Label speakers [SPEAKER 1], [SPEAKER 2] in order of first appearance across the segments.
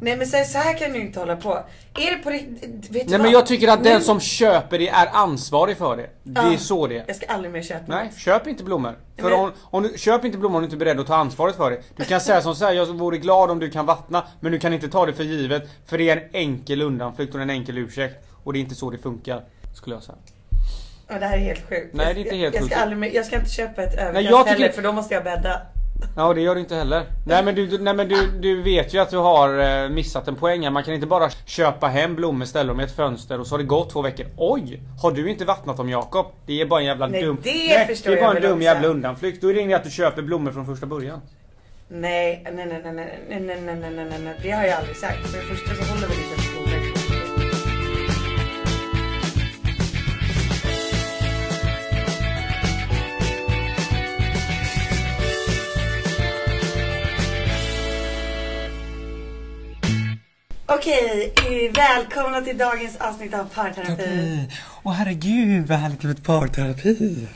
[SPEAKER 1] Nej men så här, så här kan du inte hålla på. Är det på riktigt? Vet du
[SPEAKER 2] Nej
[SPEAKER 1] vad?
[SPEAKER 2] men jag tycker att den
[SPEAKER 1] Nu-
[SPEAKER 2] som köper det är ansvarig för det. Det är
[SPEAKER 1] Ja.
[SPEAKER 2] så det är.
[SPEAKER 1] Jag ska aldrig mer köpa
[SPEAKER 2] Nej, köp inte blommor. För
[SPEAKER 1] Men-
[SPEAKER 2] om, om du, köp inte blommor om du inte är beredd att ta ansvaret för det. Du kan säga som så här, jag vore glad om du kan vattna, men du kan inte ta det för givet. För det är en enkel undanflykt och en enkel ursäkt. Och det är inte så det funkar, skulle jag säga.
[SPEAKER 1] Ja, det här är helt sjukt.
[SPEAKER 2] Nej, det är inte helt
[SPEAKER 1] jag, jag
[SPEAKER 2] sjukt.
[SPEAKER 1] ska aldrig mer, jag ska inte köpa ett överkast
[SPEAKER 2] jag tycker-
[SPEAKER 1] heller för då måste jag bädda.
[SPEAKER 2] Ja, det gör du inte heller. Nej men du, du- nej, men du, du vet ju att du har eh, missat en poäng här. Man kan inte bara köpa hem blommor, ställa dem i ett fönster och så har det gått två veckor. Oj! Har du inte vattnat dem Jakob? Det är bara en jävla
[SPEAKER 1] Nej,
[SPEAKER 2] dum...
[SPEAKER 1] det förstår
[SPEAKER 2] det är
[SPEAKER 1] jag
[SPEAKER 2] bara en
[SPEAKER 1] väl
[SPEAKER 2] dum
[SPEAKER 1] också.
[SPEAKER 2] jävla undanflykt. Då är det inget att du köper blommor från första början.
[SPEAKER 1] Nej, nej, nej, nej, nej, nej, nej, nej, nej, nej, nej, nej, det har jag aldrig sagt. För det första så håller vi lite skolan. Okej, eh, välkomna till dagens avsnitt av Parterapi.
[SPEAKER 2] Eh, Åh herregud vad härligt med parterapi.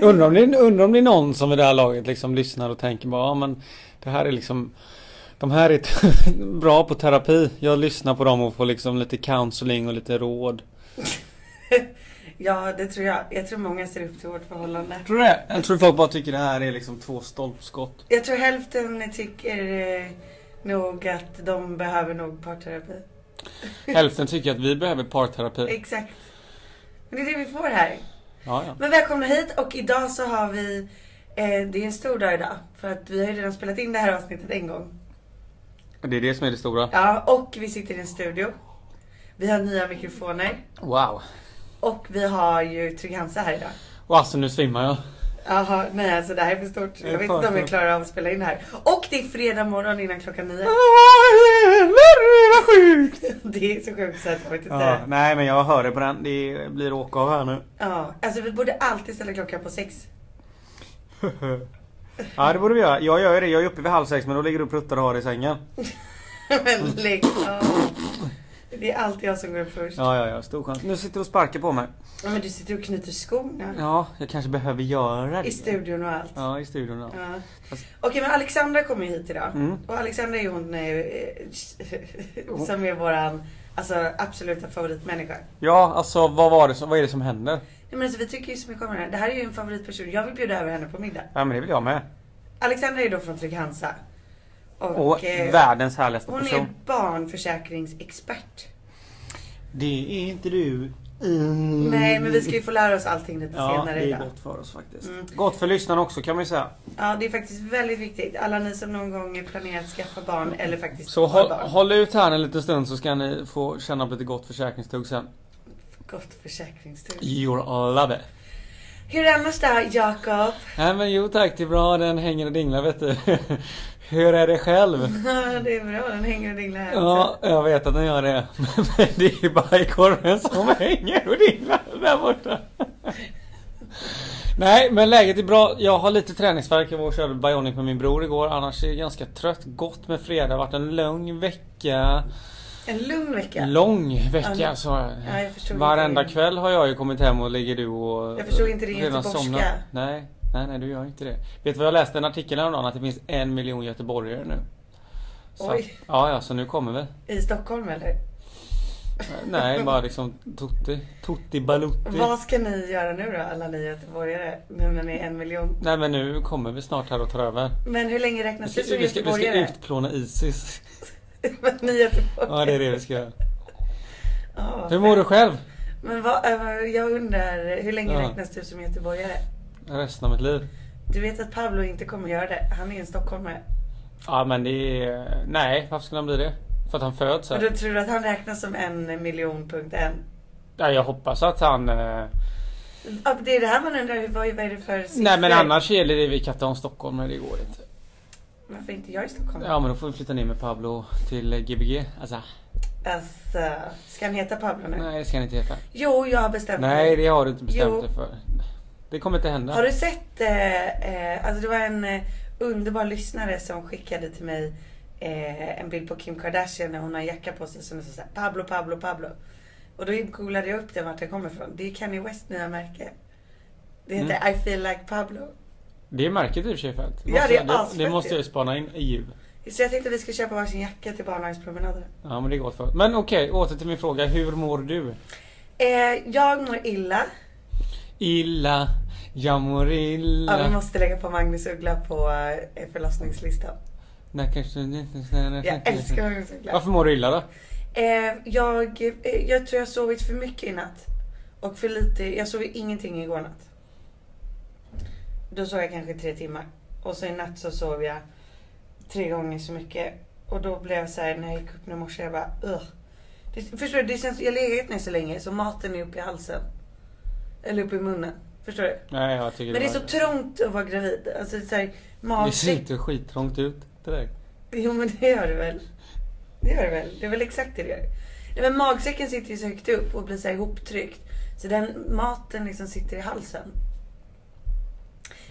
[SPEAKER 2] undrar, om det, undrar om det är någon som vid det här laget liksom lyssnar och tänker bara, ja men det här är liksom de här är bra på terapi. Jag lyssnar på dem och får liksom lite counseling och lite råd.
[SPEAKER 1] Ja, det tror jag. Jag tror många ser upp till vårt förhållande.
[SPEAKER 2] Tror du det? Jag tror folk bara tycker det här är liksom två stolpskott.
[SPEAKER 1] Jag tror hälften tycker eh, nog att de behöver nog parterapi.
[SPEAKER 2] Hälften tycker att vi behöver parterapi.
[SPEAKER 1] Exakt. Men det är det vi får här.
[SPEAKER 2] Ja, ja.
[SPEAKER 1] Men välkomna hit och idag så har vi, eh, det är en stor dag idag. För att vi har ju redan spelat in det här avsnittet en gång.
[SPEAKER 2] Det är det som är det stora.
[SPEAKER 1] Ja, och vi sitter i en studio. Vi har nya mikrofoner.
[SPEAKER 2] Wow.
[SPEAKER 1] Och vi har ju Trygg-Hansa här idag.
[SPEAKER 2] Och alltså nu svimmar jag.
[SPEAKER 1] Jaha, nej alltså det här är för stort.
[SPEAKER 2] är
[SPEAKER 1] Jag vet
[SPEAKER 2] för
[SPEAKER 1] inte om jag
[SPEAKER 2] stort.
[SPEAKER 1] klarar av att spela in det här. Och det är fredag morgon innan klockan nio.
[SPEAKER 2] Ah! Vad sjukt!
[SPEAKER 1] Det är så sjukt så att jag vet inte.
[SPEAKER 2] Ja, nej men jag hörde på den. Det blir åka av här nu.
[SPEAKER 1] Ja, alltså vi borde alltid ställa klockan på sex.
[SPEAKER 2] Ja det borde vi göra. Jag gör ju det. Jag är uppe vid halv sex men då ligger du och pruttar och har i sängen. Mm.
[SPEAKER 1] Men lägg av. Det är alltid jag som går upp först.
[SPEAKER 2] Ja ja ja, stor chans. Nu sitter du och sparkar på mig.
[SPEAKER 1] Ja, men du sitter och knyter skorna.
[SPEAKER 2] Ja, jag kanske behöver göra det.
[SPEAKER 1] I studion och allt.
[SPEAKER 2] Ja, i studion ja.
[SPEAKER 1] Ja. Okej men Alexandra kommer ju hit idag.
[SPEAKER 2] Mm.
[SPEAKER 1] Och Alexandra är ju hon eh, som är våran alltså, absoluta favoritmänniska.
[SPEAKER 2] Ja, alltså vad var det som, vad är det som händer?
[SPEAKER 1] Nej, men alltså, vi tycker ju så mycket om henne. Det här är ju en favoritperson. Jag vill bjuda över henne på middag.
[SPEAKER 2] Ja men det vill jag med.
[SPEAKER 1] Alexandra är ju då från Trygg-Hansa. Och,
[SPEAKER 2] Och
[SPEAKER 1] eh,
[SPEAKER 2] världens härligaste
[SPEAKER 1] hon
[SPEAKER 2] person.
[SPEAKER 1] är barnförsäkringsexpert.
[SPEAKER 2] Det är inte du.
[SPEAKER 1] Nej men vi ska ju få lära oss allting lite
[SPEAKER 2] Ja,
[SPEAKER 1] senare
[SPEAKER 2] det
[SPEAKER 1] idag.
[SPEAKER 2] är gott för oss faktiskt. Mm. Gott för lyssnarna också kan man ju säga.
[SPEAKER 1] Ja, det är faktiskt väldigt viktigt. Alla ni som någon gång planerar att skaffa barn eller faktiskt
[SPEAKER 2] Så
[SPEAKER 1] har
[SPEAKER 2] håll,
[SPEAKER 1] barn.
[SPEAKER 2] håll ut här en liten stund så ska ni få känna på lite gott försäkringstugg sen.
[SPEAKER 1] Gott försäkringstugg.
[SPEAKER 2] You're love it.
[SPEAKER 1] Hur är annars då, Jakob?
[SPEAKER 2] Nej men jo tack, det är bra. Den hänger och dinglar vet du. Hur är det själv?
[SPEAKER 1] Ja, det är bra. Den hänger och dinglar här.
[SPEAKER 2] Ja, jag vet att den gör det. Men det är ju bajkorven som hänger och dinglar där borta. Nej, men läget är bra. Jag har lite träningsvärk. Jag var och körde Bionic med min bror igår. Annars är jag ganska trött. Gott med fredag. Det har varit en lång vecka.
[SPEAKER 1] En lugn vecka.
[SPEAKER 2] Lång
[SPEAKER 1] Ja,
[SPEAKER 2] vecka så
[SPEAKER 1] Ja, jag förstod
[SPEAKER 2] Varenda
[SPEAKER 1] inte det.
[SPEAKER 2] kväll har jag ju kommit hem och ligger du och
[SPEAKER 1] Jag förstod inte din göteborgska.
[SPEAKER 2] Nej, nej, nej du gör inte det. Vet du vad jag läste en artikel häromdagen? Att det finns en miljon göteborgare nu. Så,
[SPEAKER 1] Oj.
[SPEAKER 2] Ja, ja, så nu kommer vi.
[SPEAKER 1] I Stockholm eller?
[SPEAKER 2] Nej, bara liksom Tutti. Tutti Balutti.
[SPEAKER 1] Vad ska ni göra nu då, alla ni göteborgare? Nu när ni är en miljon.
[SPEAKER 2] Nej men nu kommer vi snart här och tar över.
[SPEAKER 1] Men hur länge räknas
[SPEAKER 2] Vi
[SPEAKER 1] det
[SPEAKER 2] ska,
[SPEAKER 1] som
[SPEAKER 2] vi ska, vi ska
[SPEAKER 1] göteborgare?
[SPEAKER 2] utplåna Isis.
[SPEAKER 1] Men ni är göteborgare.
[SPEAKER 2] Ja, det är det vi ska göra.
[SPEAKER 1] Ja, vad
[SPEAKER 2] Hur mår du
[SPEAKER 1] fett.
[SPEAKER 2] själv?
[SPEAKER 1] Men vad, eh, jag undrar, hur länge
[SPEAKER 2] Ja.
[SPEAKER 1] räknas du som göteborgare?
[SPEAKER 2] Resten av mitt liv?
[SPEAKER 1] Du vet att Pablo inte kommer göra det. Han är en stockholmare.
[SPEAKER 2] Ja men det är... Nej, varför skulle han bli det? För att han föds
[SPEAKER 1] Och då
[SPEAKER 2] här?
[SPEAKER 1] tror du att han räknas som en miljon punkt en?
[SPEAKER 2] Ja, jag hoppas att han... Eh...
[SPEAKER 1] Ja, Det är det här man undrar, hur- vad är vad är det för siffror?
[SPEAKER 2] Nej men annars gäller det vi kan inte ha en stockholmare, det går inte.
[SPEAKER 1] Varför inte jag i Stockholm?
[SPEAKER 2] Ja men då får vi flytta ner med Pablo till eh, Gbg. Alltså,
[SPEAKER 1] Alltså, ska han heta Pablo nu?
[SPEAKER 2] nej det ska han inte heta.
[SPEAKER 1] Jo, jag har bestämt
[SPEAKER 2] Nej det har du inte
[SPEAKER 1] Jo.
[SPEAKER 2] bestämt dig för. Det kommer inte hända.
[SPEAKER 1] Har du sett, eh, eh, alltså det var en eh, underbar lyssnare som skickade till mig eh, en bild på Kim Kardashian när hon har en jacka på sig som är såhär Pablo, Pablo, Pablo. Och då googlade jag upp den vart den kommer ifrån. Det är Kanye West nya märke. Det heter
[SPEAKER 2] Mm.
[SPEAKER 1] I feel like Pablo.
[SPEAKER 2] Det är märket i och för sig fett.
[SPEAKER 1] Ja, det är
[SPEAKER 2] det,
[SPEAKER 1] asfett
[SPEAKER 2] det måste
[SPEAKER 1] ju.
[SPEAKER 2] jag ju spana in i jul.
[SPEAKER 1] Så jag tänkte vi ska köpa varsin jacka till barnvagnspromenaden.
[SPEAKER 2] Ja men det är gott för. Men okej, åter till min fråga. Hur mår du?
[SPEAKER 1] Eh, jag mår illa.
[SPEAKER 2] Illa, jag mår illa.
[SPEAKER 1] Ja, vi måste lägga på Magnus Uggla på eh, förlossningslistan.
[SPEAKER 2] Nej, kanske inte.
[SPEAKER 1] Jag älskar Magnus Uggla.
[SPEAKER 2] Varför mår du illa då?
[SPEAKER 1] Eh, jag, eh, jag tror jag sovit för mycket i natt. Och för lite, jag sov ju ingenting igår natt. Då sov jag kanske tre timmar. Och så i natt så sov jag tre gånger så mycket. Och då blev jag så här när jag gick upp nu i morse, jag bara Ugh. det, Förstår du? Det känns, jag har legat ner så länge så maten är uppe i halsen. Eller uppe i munnen. Förstår du?
[SPEAKER 2] Nej jag tycker
[SPEAKER 1] Men det är så
[SPEAKER 2] var-
[SPEAKER 1] trångt att vara gravid. Alltså det är så här,
[SPEAKER 2] Det ser
[SPEAKER 1] magsäck.
[SPEAKER 2] inte skittrångt ut direkt.
[SPEAKER 1] Jo men det gör det väl. Det gör det väl. Det är väl exakt det det gör. Nej, men magsäcken sitter ju så högt upp och blir så här ihoptryckt. Så den maten liksom sitter i halsen.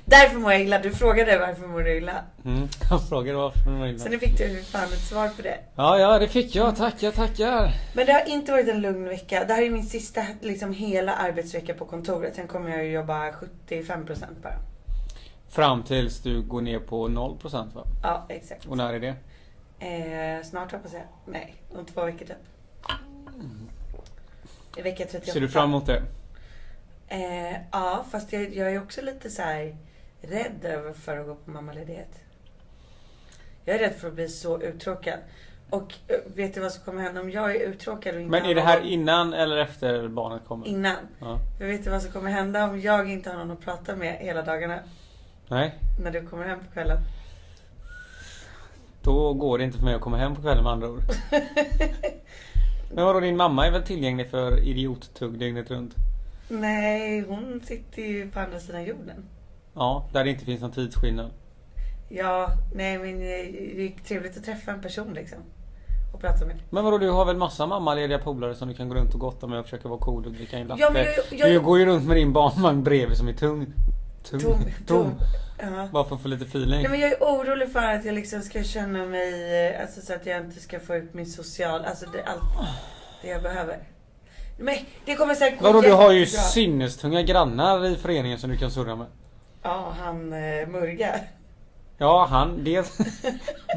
[SPEAKER 1] Därför mår jag illa. Du frågade varför mår du illa.
[SPEAKER 2] Mm. Jag frågade varför du mår illa.
[SPEAKER 1] Så nu fick du fan ett svar på det.
[SPEAKER 2] Ja, ja det fick jag. Tackar, tackar.
[SPEAKER 1] Men det har inte varit en lugn vecka. Det här är min sista liksom hela arbetsvecka på kontoret. Sen kommer jag ju jobba 75% bara.
[SPEAKER 2] Fram tills du går ner på 0% va?
[SPEAKER 1] Ja exakt.
[SPEAKER 2] Och när är det?
[SPEAKER 1] Eh, snart hoppas jag. Nej, om två veckor typ. I vecka 38.
[SPEAKER 2] Mm. Ser du fram emot det?
[SPEAKER 1] Eh, ja, fast jag, jag är också lite så här rädd över för att gå på mammaledighet. Jag är rädd för att bli så uttråkad. Och eh, vet du vad som kommer hända om jag är uttråkad och inte
[SPEAKER 2] Men
[SPEAKER 1] har
[SPEAKER 2] är det här
[SPEAKER 1] någon-
[SPEAKER 2] innan eller efter barnet kommer?
[SPEAKER 1] innan?
[SPEAKER 2] Ja.
[SPEAKER 1] För vet du vad som kommer hända om jag inte har någon att prata med hela dagarna
[SPEAKER 2] Nej,
[SPEAKER 1] när du kommer hem på kvällen?
[SPEAKER 2] då går det inte för mig att komma hem på kvällen med andra ord. Men vadå din mamma är väl tillgänglig för idiottugg dygnet runt?
[SPEAKER 1] Nej, hon sitter ju på andra sidan jorden.
[SPEAKER 2] Ja, där det inte finns någon tidsskillnad.
[SPEAKER 1] Ja, nej men eh, det är trevligt att träffa en person liksom. Och prata med.
[SPEAKER 2] Men vadå du har väl massa mammalediga polare som du kan gå runt och gotta med och försöka vara cool och dricka in latte?
[SPEAKER 1] Ja, men jag- jag-
[SPEAKER 2] Du går ju runt med din barnvagn bredvid som är tung. Tung.
[SPEAKER 1] Tom,
[SPEAKER 2] Tom.
[SPEAKER 1] Tom. Ja.
[SPEAKER 2] Bara för att få lite feeling.
[SPEAKER 1] Nej, men jag är orolig för att jag liksom ska känna mig, eh, alltså så att jag inte ska få ut min social, alltså det, allt det jag behöver. Men det kommer säkert gå
[SPEAKER 2] Vadå du har ju
[SPEAKER 1] jättebra.
[SPEAKER 2] sinnestunga grannar i föreningen som du kan surra med?
[SPEAKER 1] Ja, han eh, murgar.
[SPEAKER 2] Ja han, dels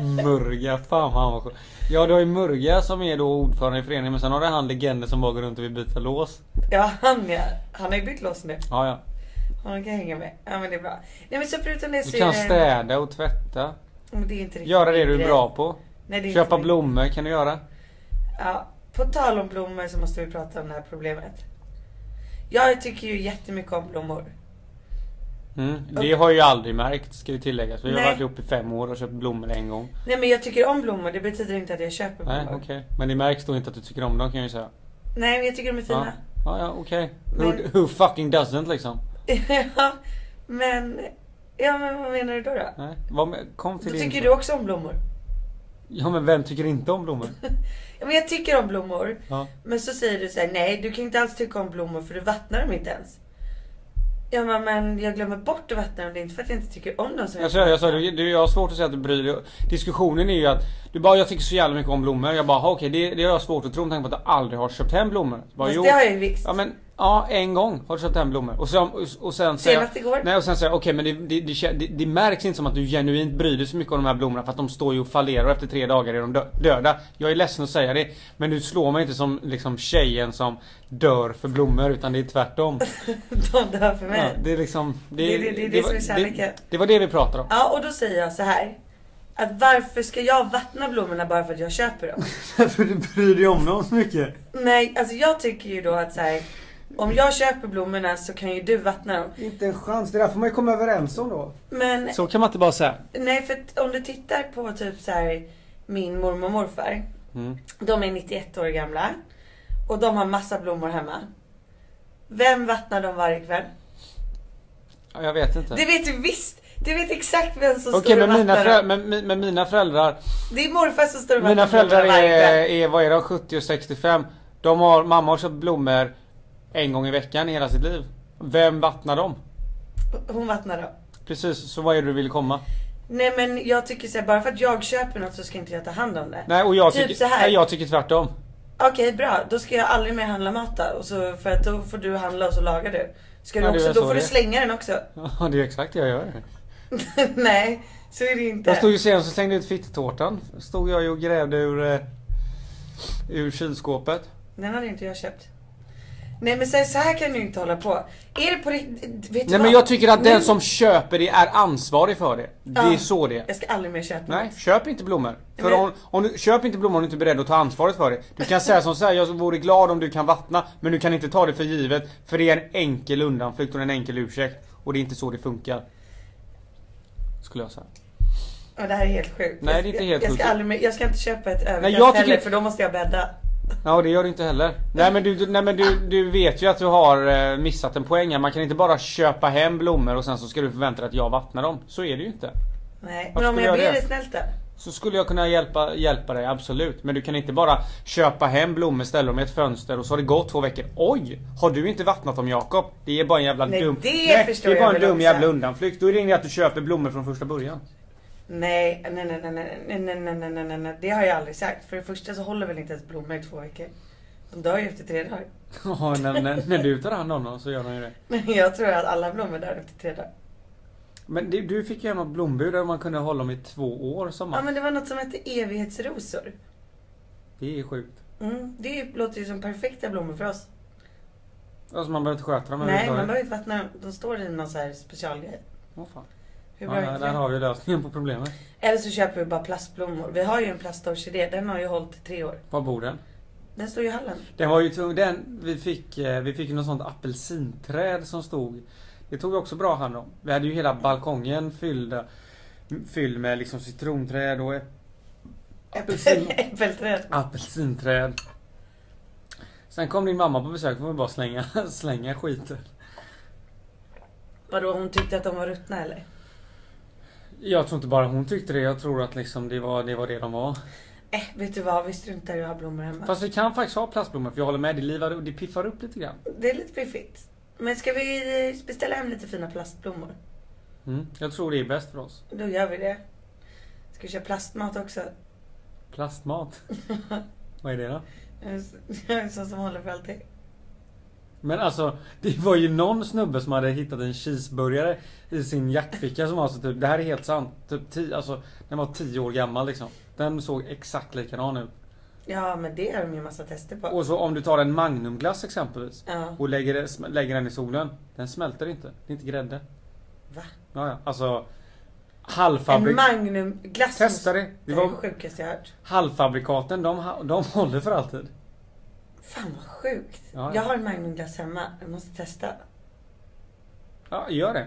[SPEAKER 2] Murga, fan vad han var skön. Ja du har ju Murga som är då ordförande i föreningen men sen har du han legenden som bara går runt och vill byta lås.
[SPEAKER 1] Ja, han ja. Han har ju bytt lås nu.
[SPEAKER 2] Ja ja.
[SPEAKER 1] Han kan hänga med. Ja, men det är bra. Nej, men så förutom det så
[SPEAKER 2] Du kan
[SPEAKER 1] är det...
[SPEAKER 2] städa och tvätta.
[SPEAKER 1] Men det är inte riktigt
[SPEAKER 2] Göra det
[SPEAKER 1] min
[SPEAKER 2] du är
[SPEAKER 1] grej.
[SPEAKER 2] bra på.
[SPEAKER 1] Nej, det är inte
[SPEAKER 2] Köpa
[SPEAKER 1] min-
[SPEAKER 2] blommor kan du göra.
[SPEAKER 1] Ja, på tal om blommor så måste vi prata om det här problemet. Jag tycker ju jättemycket om blommor.
[SPEAKER 2] Mm. Det har ju aldrig märkt ska ju tilläggas. Vi har
[SPEAKER 1] Nej.
[SPEAKER 2] varit ihop i fem år och köpt blommor en gång.
[SPEAKER 1] Nej men jag tycker om blommor, det betyder inte att jag köper blommor.
[SPEAKER 2] Nej okej. Men det märks då inte att du tycker om dem kan jag ju säga.
[SPEAKER 1] Nej men jag tycker de är
[SPEAKER 2] Ja
[SPEAKER 1] fina.
[SPEAKER 2] ja, ja okej. Who,
[SPEAKER 1] Men-
[SPEAKER 2] who fucking doesn't liksom?
[SPEAKER 1] Ja, men, ja, men vad menar du då? Då,
[SPEAKER 2] Nej. Vad med- Kom till
[SPEAKER 1] då
[SPEAKER 2] din
[SPEAKER 1] tycker
[SPEAKER 2] fråga.
[SPEAKER 1] du också om blommor.
[SPEAKER 2] Ja men vem tycker inte om blommor?
[SPEAKER 1] Ja, men jag tycker om blommor.
[SPEAKER 2] Ja.
[SPEAKER 1] Men så säger du så här, nej du kan inte alls tycka om blommor för du vattnar dem inte ens. Ja men- men jag glömmer bort att vattna dem, det är inte för att jag inte tycker om dem. Som
[SPEAKER 2] Jag sa, jag sa du, du, jag har svårt att säga att du bryr dig. Diskussionen är ju att du bara, jag tycker så jävla mycket om blommor. Jag bara, "Ha, okej det, det har jag svårt att tro med tanke på att jag aldrig har köpt hem blommor. Jag Bara,
[SPEAKER 1] Fast det har jag ju visst.
[SPEAKER 2] Ja men Ja, en gång har du köpt hem blommor. Och sen, och sen säger
[SPEAKER 1] Senast igår.
[SPEAKER 2] Nej och sen säger jag, okej men det, det, det, det, det märks inte som att du genuint bryr dig så mycket om de här blommorna för att de står ju och fallerar och efter tre dagar är de dö- döda. Jag är ledsen att säga det men du slår mig inte som liksom tjejen som dör för blommor utan det är tvärtom.
[SPEAKER 1] De dör för
[SPEAKER 2] Ja,
[SPEAKER 1] mig.
[SPEAKER 2] det är liksom...
[SPEAKER 1] Det- det- det- det är
[SPEAKER 2] var-
[SPEAKER 1] som är kärleken.
[SPEAKER 2] det, det var det vi pratade om.
[SPEAKER 1] Ja, och då säger jag så här. Att varför ska jag vattna blommorna bara för att jag köper dem?
[SPEAKER 2] För du bryr dig om dem så mycket.
[SPEAKER 1] Nej, alltså jag tycker ju då att så här. Om jag köper blommorna så kan ju du vattna dem.
[SPEAKER 3] Inte en chans. Det där får man ju komma överens om då.
[SPEAKER 1] Men
[SPEAKER 2] Så kan man inte bara säga.
[SPEAKER 1] nej, för att om du tittar på typ så här min mormor och morfar.
[SPEAKER 2] Mm.
[SPEAKER 1] De är 91 år gamla. Och de har massa blommor hemma. Vem vattnar dem varje kväll?
[SPEAKER 2] Ja, jag vet inte.
[SPEAKER 1] Det vet du visst! Du vet exakt vem som
[SPEAKER 2] Okej
[SPEAKER 1] står och
[SPEAKER 2] men, mina
[SPEAKER 1] vattnar
[SPEAKER 2] förä-
[SPEAKER 1] dem.
[SPEAKER 2] men, men, men mina föräldrar
[SPEAKER 1] Det är morfar som står och vattnar
[SPEAKER 2] Mina föräldrar
[SPEAKER 1] blommorna varje
[SPEAKER 2] är,
[SPEAKER 1] kväll.
[SPEAKER 2] är, vad är de, 70 och 65? De har, mamma har köpt blommor en gång i veckan i hela sitt liv. Vem vattnar dem?
[SPEAKER 1] Hon vattnar dem.
[SPEAKER 2] Precis, så vad är det du vill komma?
[SPEAKER 1] Nej men jag tycker såhär, bara för att jag köper något så ska inte jag ta hand om det.
[SPEAKER 2] Nej och jag
[SPEAKER 1] Typ
[SPEAKER 2] tycker,
[SPEAKER 1] så här.
[SPEAKER 2] nej, jag tycker tvärtom.
[SPEAKER 1] Okej bra, då ska jag aldrig mer handla mat då. Och så, för att då får du handla och så lagar du. Ska du
[SPEAKER 2] Ja, det är
[SPEAKER 1] också,
[SPEAKER 2] väl
[SPEAKER 1] då
[SPEAKER 2] så
[SPEAKER 1] får du
[SPEAKER 2] det är.
[SPEAKER 1] slänga den också.
[SPEAKER 2] Ja det är exakt det jag gör.
[SPEAKER 1] Nej, så är det inte.
[SPEAKER 2] Jag stod ju senast och slängde ut fittetårtan. Stod jag ju och grävde ur, eh, ur kylskåpet.
[SPEAKER 1] Den hade inte jag köpt. Nej men så här, så här kan du inte hålla på. Är det på riktigt? Vet du
[SPEAKER 2] Nej men
[SPEAKER 1] vad?
[SPEAKER 2] jag tycker att den
[SPEAKER 1] Nu-
[SPEAKER 2] som köper det är ansvarig för det. Det
[SPEAKER 1] Ja.
[SPEAKER 2] är så det är.
[SPEAKER 1] Jag ska aldrig mer köpa
[SPEAKER 2] Nej,
[SPEAKER 1] något.
[SPEAKER 2] köp inte blommor. För
[SPEAKER 1] Men-
[SPEAKER 2] om, om du, köp inte blommor om du inte är beredd att ta ansvaret för det. Du kan säga som så här, jag vore glad om du kan vattna, men du kan inte ta det för givet. För det är en enkel undanflykt och en enkel ursäkt. Och det är inte så det funkar. Skulle jag säga.
[SPEAKER 1] Och det här är helt sjukt.
[SPEAKER 2] Nej,
[SPEAKER 1] Jag-
[SPEAKER 2] det är inte
[SPEAKER 1] jag-
[SPEAKER 2] helt
[SPEAKER 1] jag ska,
[SPEAKER 2] sjukt.
[SPEAKER 1] aldrig mer, jag ska inte köpa ett överkast
[SPEAKER 2] jag tycker-
[SPEAKER 1] heller för då måste jag bädda.
[SPEAKER 2] Ja, och det gör du inte heller. Nej men, du, du- nej, men du, du vet ju att du har eh, missat en poäng här. Man kan inte bara köpa hem blommor och sen så ska du förvänta dig att jag vattnar dem. Så är det ju inte.
[SPEAKER 1] Nej, men
[SPEAKER 2] Varför
[SPEAKER 1] om
[SPEAKER 2] skulle
[SPEAKER 1] jag
[SPEAKER 2] jag
[SPEAKER 1] ber
[SPEAKER 2] göra
[SPEAKER 1] dig
[SPEAKER 2] det?
[SPEAKER 1] snällt då.
[SPEAKER 2] Så skulle jag kunna hjälpa, hjälpa dig, absolut. Men du kan inte bara köpa hem blommor, ställa dem i ett fönster och så har det gått två veckor. Oj! Har du inte vattnat dem Jakob? Det är bara en jävla
[SPEAKER 1] Nej,
[SPEAKER 2] dum...
[SPEAKER 1] det förstår
[SPEAKER 2] det är
[SPEAKER 1] jag
[SPEAKER 2] bara en
[SPEAKER 1] väl
[SPEAKER 2] dum
[SPEAKER 1] också.
[SPEAKER 2] jävla undanflykt. Då är det inget att du köper blommor från första början.
[SPEAKER 1] Nej, nej, nej, nej, nej, nej, nej, nej, nej, nej, nej, det har jag aldrig sagt. För det första så håller väl inte ens blommor i två veckor. De dör ju efter tre dagar.
[SPEAKER 2] Ja, när, när, när du tar hand om dem så gör de ju det.
[SPEAKER 1] Men jag tror att alla blommor dör efter tre dagar.
[SPEAKER 2] Men det, du fick ju hem ett blombud där man kunde hålla dem i två år som
[SPEAKER 1] Ja
[SPEAKER 2] man.
[SPEAKER 1] men det var något som hette evighetsrosor.
[SPEAKER 2] Det är sjukt.
[SPEAKER 1] Mm, det låter ju som perfekta blommor för oss.
[SPEAKER 2] Alltså man behöver inte sköta dem
[SPEAKER 1] Nej, man
[SPEAKER 2] överhuvudtaget.
[SPEAKER 1] behöver inte vattna dem. De står i någon så här specialgrej.
[SPEAKER 2] Åh, fan.
[SPEAKER 1] Hur
[SPEAKER 2] Ja,
[SPEAKER 1] bra är
[SPEAKER 2] där,
[SPEAKER 1] inte
[SPEAKER 2] där
[SPEAKER 1] det?
[SPEAKER 2] har vi lösningen på problemet.
[SPEAKER 1] Eller så köper vi bara plastblommor. Vi har ju en plastorkidé. Den har ju hållit i tre år.
[SPEAKER 2] Var bor den?
[SPEAKER 1] Den står ju i hallen.
[SPEAKER 2] Den var ju tung. Den, vi fick, eh, vi fick ju något sånt apelsinträd som stod. Det tog vi också bra hand om. Vi hade ju hela balkongen fylld, fylld med liksom citronträd och ä- apelsin,
[SPEAKER 1] Äppelträd.
[SPEAKER 2] apelsinträd. Sen kom din mamma på besök och vi bara slänga, slänga skiten.
[SPEAKER 1] Vadå, hon tyckte att de var ruttna eller?
[SPEAKER 2] Jag tror inte bara hon tyckte det. Jag tror att liksom det, var, det var det de var.
[SPEAKER 1] Eh, vet du vad? Vi struntar i att ha blommor hemma.
[SPEAKER 2] Fast vi kan faktiskt ha plastblommor för jag håller med. Det, livar, det piffar upp lite grann.
[SPEAKER 1] Det är lite piffigt. Men ska vi eh, beställa hem lite fina plastblommor?
[SPEAKER 2] Mm, jag tror det är bäst för oss.
[SPEAKER 1] Då gör vi det. Ska vi köra plastmat också?
[SPEAKER 2] Plastmat. Vad är det då?
[SPEAKER 1] Jag är så- jag är en sån som håller för allting.
[SPEAKER 2] Men alltså, det var ju någon snubbe som hade hittat en cheeseburgare i sin jackficka som alltså typ, det här är helt sant, typ tio, alltså den var 10 år gammal liksom. Den såg exakt likadan ut.
[SPEAKER 1] Ja, men det har de ju massa tester på.
[SPEAKER 2] Och så om du tar en magnumglass exempelvis
[SPEAKER 1] Ja.
[SPEAKER 2] och lägger, det- sm- lägger den i solen, den smälter inte. Det är inte grädde.
[SPEAKER 1] Va?
[SPEAKER 2] Ja, ja. Alltså,
[SPEAKER 1] En
[SPEAKER 2] halvfabrik...
[SPEAKER 1] magnumglass.
[SPEAKER 2] Testa det.
[SPEAKER 1] Det
[SPEAKER 2] Det
[SPEAKER 1] var det
[SPEAKER 2] var
[SPEAKER 1] sjukaste jag hört.
[SPEAKER 2] halvfabrikaten, de, ha- de håller för alltid.
[SPEAKER 1] Fan vad sjukt.
[SPEAKER 2] Ja, ja.
[SPEAKER 1] Jag har en magnumglass hemma. Jag måste testa.
[SPEAKER 2] Ja, gör det.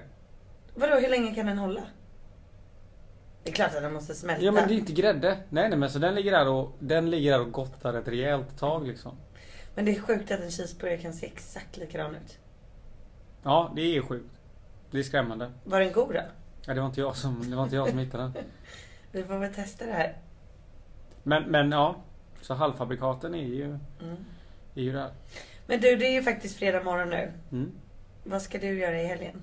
[SPEAKER 1] Vadå, hur länge kan den hålla? Det är klart att den måste smälta.
[SPEAKER 2] Ja men det är inte grädde. Nej nej men så den ligger där och, den ligger där och gottar ett rejält tag liksom.
[SPEAKER 1] Men det är sjukt att en cheeseburgare kan se exakt likadan ut.
[SPEAKER 2] Ja, det är sjukt. Det är skrämmande.
[SPEAKER 1] Var den god då?
[SPEAKER 2] Ja, det var inte jag som, det var inte jag som hittade den.
[SPEAKER 1] Vi får väl testa det här.
[SPEAKER 2] Men, men ja. Så halvfabrikaten är ju,
[SPEAKER 1] Mm.
[SPEAKER 2] är ju där.
[SPEAKER 1] Men du, det är ju faktiskt fredag morgon nu.
[SPEAKER 2] Mm.
[SPEAKER 1] Vad ska du göra i helgen?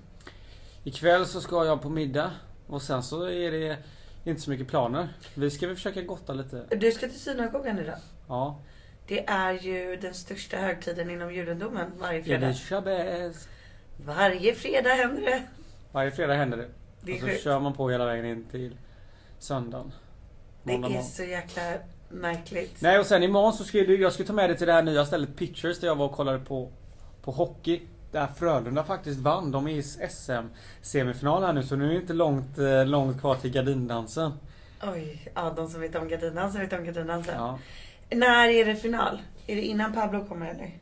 [SPEAKER 2] Ikväll så ska jag på middag. Och sen så är det inte så mycket planer. Vi ska väl försöka gotta lite.
[SPEAKER 1] Du ska till synagogan idag.
[SPEAKER 2] Ja.
[SPEAKER 1] Det är ju den största högtiden inom judendomen varje
[SPEAKER 2] Är
[SPEAKER 1] fredag.
[SPEAKER 2] det Chabez?
[SPEAKER 1] Varje fredag händer det.
[SPEAKER 2] Varje fredag händer det.
[SPEAKER 1] Det är
[SPEAKER 2] och så
[SPEAKER 1] sjukt.
[SPEAKER 2] Alltså, kör man på hela vägen in till söndagen.
[SPEAKER 1] Det
[SPEAKER 2] Måndag
[SPEAKER 1] är
[SPEAKER 2] morgon.
[SPEAKER 1] så jäkla märkligt.
[SPEAKER 2] Nej och sen imorgon så skulle jag skulle ta med dig till det här nya stället Pictures där jag var och kollade på, på hockey. Där Frölunda faktiskt vann. De är i SM-semifinal här nu så nu är det inte långt, eh, långt kvar till gardindansen.
[SPEAKER 1] Oj, ja de som vet om gardindansen vet om gardindansen.
[SPEAKER 2] Ja.
[SPEAKER 1] När är det final? Är det innan Pablo kommer eller?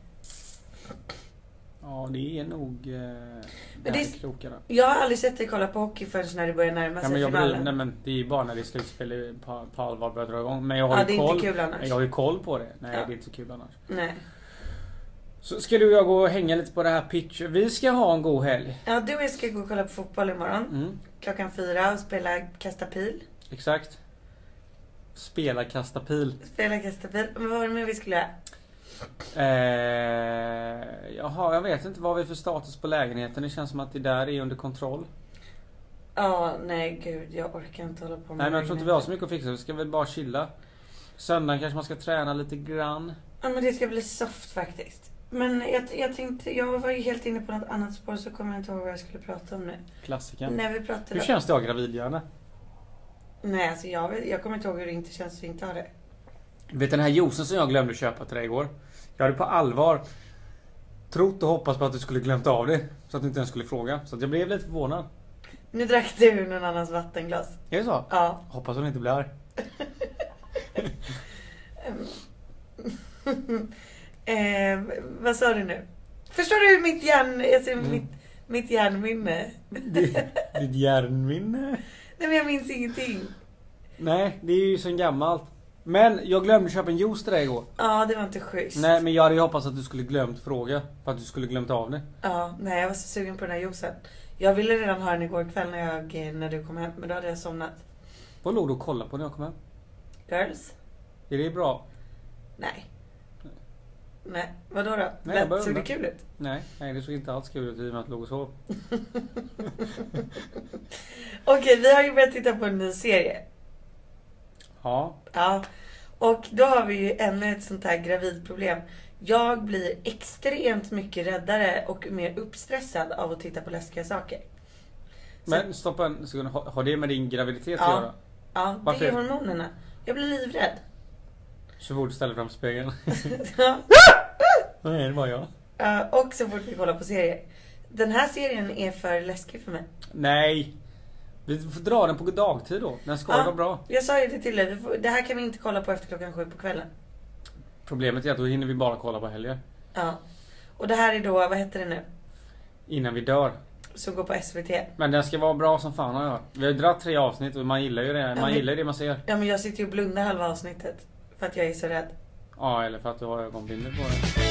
[SPEAKER 2] ja det är nog... Eh, där
[SPEAKER 1] det-
[SPEAKER 2] är klokare.
[SPEAKER 1] Jag har aldrig sett dig kolla på hockey förrän när det börjar närma sig
[SPEAKER 2] Ja, men jag blir,
[SPEAKER 1] finalen.
[SPEAKER 2] nej, men det är ju bara när det är slutspel det är på, på allvar börjar dra igång. Men jag har
[SPEAKER 1] Ja,
[SPEAKER 2] ju
[SPEAKER 1] det är inte
[SPEAKER 2] koll.
[SPEAKER 1] kul annars.
[SPEAKER 2] men jag har ju koll på det. Nej
[SPEAKER 1] Ja.
[SPEAKER 2] det är inte så kul annars.
[SPEAKER 1] Nej.
[SPEAKER 2] Så ska du och jag gå och hänga lite på det här pitch. Vi ska ha en god helg.
[SPEAKER 1] Ja, du och jag ska gå och kolla på fotboll imorgon.
[SPEAKER 2] Mm,
[SPEAKER 1] Klockan fyra och spela kasta pil.
[SPEAKER 2] exakt. Spela kasta pil.
[SPEAKER 1] Spela kasta pil. Men vad var det mer vi skulle göra?
[SPEAKER 2] Eh, jaha, jag vet inte vad vi är för status på lägenheten. Det känns som att det där är under kontroll.
[SPEAKER 1] Ja, nej gud. Jag orkar inte hålla på med
[SPEAKER 2] Nej men jag tror inte vi
[SPEAKER 1] lägenheter.
[SPEAKER 2] har så mycket att fixa. Vi ska väl bara chilla. Söndagen kanske man ska träna lite grann.
[SPEAKER 1] Ja men det ska bli soft faktiskt. Men jag, jag tänkte, jag var ju helt inne på något annat spår så kommer jag inte ihåg vad jag skulle prata om nu.
[SPEAKER 2] Klassiker.
[SPEAKER 1] När vi pratade
[SPEAKER 2] Hur känns det att ha gravidhjärna?
[SPEAKER 1] Nej alltså jag, vet, jag kommer inte ihåg hur det inte känns att inte ha det.
[SPEAKER 2] Vet den här juicen som jag glömde köpa till dig igår? Jag hade på allvar trott och hoppats på att du skulle glömt av det. Så att du inte ens skulle fråga. Så att jag blev lite förvånad.
[SPEAKER 1] Nu drack du ur någon annans vattenglas.
[SPEAKER 2] Är det så?
[SPEAKER 1] Ja.
[SPEAKER 2] Hoppas hon inte blir arg.
[SPEAKER 1] eh, vad sa du nu? Förstår du mitt hjärn, alltså
[SPEAKER 2] Mm.
[SPEAKER 1] mitt, mitt hjärnminne?
[SPEAKER 2] Ditt hjärnminne?
[SPEAKER 1] Nej men jag minns ingenting.
[SPEAKER 2] Nej, det är ju sen gammalt. Men jag glömde köpa en juice till dig igår.
[SPEAKER 1] Ja det var inte schysst.
[SPEAKER 2] Nej men jag hade ju hoppats att du skulle glömt fråga. För att du skulle glömt av det.
[SPEAKER 1] Ja, nej jag var så sugen på den här juicen. Jag ville redan ha den igår kväll när, jag, eh, när du kom hem men då hade jag somnat.
[SPEAKER 2] Vad låg du och kollade på när jag kom hem?
[SPEAKER 1] Girls?
[SPEAKER 2] Är det bra?
[SPEAKER 1] Nej. Nej, vadå då?
[SPEAKER 2] Nej, jag bara
[SPEAKER 1] Lät- Såg det
[SPEAKER 2] undrar.
[SPEAKER 1] kul ut?
[SPEAKER 2] Nej, nej det såg inte alls kul ut i och med att du låg och sov.
[SPEAKER 1] Okej, vi har ju börjat titta på en ny serie.
[SPEAKER 2] Ja.
[SPEAKER 1] Ja. Och då har vi ju ännu ett sånt här gravidproblem. Jag blir extremt mycket räddare och mer uppstressad av att titta på läskiga saker.
[SPEAKER 2] Men stoppa en sekund. Har har det med din graviditet
[SPEAKER 1] Ja.
[SPEAKER 2] att göra?
[SPEAKER 1] Ja, det
[SPEAKER 2] Varför?
[SPEAKER 1] är hormonerna. Jag blir livrädd.
[SPEAKER 2] Så fort du ställer framför spegeln.
[SPEAKER 1] Ja.
[SPEAKER 2] nej det var jag.
[SPEAKER 1] Ja, och så fort vi kollar på serier. Den här serien är för läskig för mig.
[SPEAKER 2] Nej! Vi får dra den på dagtid då. Den ska
[SPEAKER 1] Ja.
[SPEAKER 2] vara bra.
[SPEAKER 1] Jag sa ju det till dig, vi får, det här kan vi inte kolla på efter klockan sju på kvällen.
[SPEAKER 2] Problemet är att då hinner vi bara kolla på helger.
[SPEAKER 1] Ja. Och det här är då, vad heter det nu?
[SPEAKER 2] Innan vi dör.
[SPEAKER 1] Som går på SVT.
[SPEAKER 2] Men den ska vara bra som fan har jag hört. Vi har ju dragit tre avsnitt och man gillar ju det. Man
[SPEAKER 1] men-
[SPEAKER 2] gillar ju det man ser.
[SPEAKER 1] Ja men jag sitter ju och blundar halva avsnittet. För att jag är så rädd.
[SPEAKER 2] Ja, eller för att du har ögonbindel på den.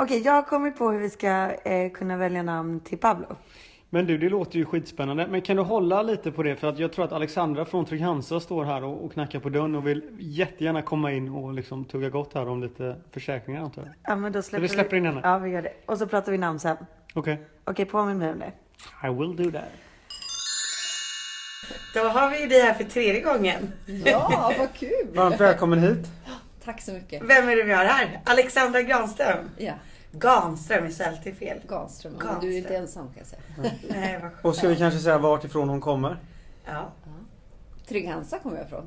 [SPEAKER 1] Okej, jag har kommit på hur vi ska eh, kunna välja namn till Pablo.
[SPEAKER 2] Men du, det låter ju skitspännande. Men kan du hålla lite på det? För att jag tror att Alexandra från Trygg-Hansa står här och, och knackar på dörren och vill jättegärna komma in och liksom tugga gott här om lite försäkringar antar jag.
[SPEAKER 1] Ja men då släpper
[SPEAKER 2] vi släpper in henne?
[SPEAKER 1] Ja vi gör det. Och så pratar vi namn sen.
[SPEAKER 2] Okej,
[SPEAKER 1] Okej, påminn mig om det.
[SPEAKER 2] I will do that.
[SPEAKER 1] Då har vi ju dig här för tredje gången.
[SPEAKER 4] Ja, vad kul!
[SPEAKER 2] Varmt välkommen hit.
[SPEAKER 4] Tack så mycket.
[SPEAKER 1] Vem är det vi har här? Alexandra Granström.
[SPEAKER 4] Ja,
[SPEAKER 1] Ganström är så alltid fel.
[SPEAKER 4] Granström. Ja,
[SPEAKER 1] Granström.
[SPEAKER 4] Du är inte ensam kan jag säga.
[SPEAKER 1] Nej vad
[SPEAKER 2] Och
[SPEAKER 1] skönt.
[SPEAKER 2] ska vi kanske säga vart ifrån hon kommer?
[SPEAKER 1] Ja.
[SPEAKER 4] Trygg-Hansa kommer jag ifrån.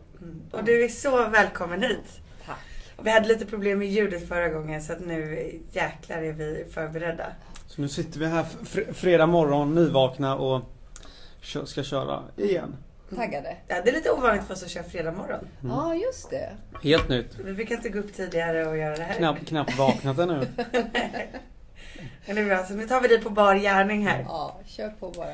[SPEAKER 1] Och du är så välkommen hit.
[SPEAKER 4] Tack.
[SPEAKER 1] Vi hade lite problem med ljudet förra gången så att nu jäklar är vi förberedda.
[SPEAKER 2] Så nu sitter vi här fr- fredag morgon nyvakna och kö- ska köra igen.
[SPEAKER 4] Taggade?
[SPEAKER 1] Ja, det är lite ovanligt för oss att köra fredag morgon.
[SPEAKER 4] Ja, ah, just det.
[SPEAKER 2] Helt nytt.
[SPEAKER 1] Vi brukar inte gå upp tidigare och göra det här.
[SPEAKER 2] Knappt knappt vaknat ännu.
[SPEAKER 1] Eller hur? Alltså, nu tar vi dig på bar gärning här.
[SPEAKER 4] Ja, kör på bara.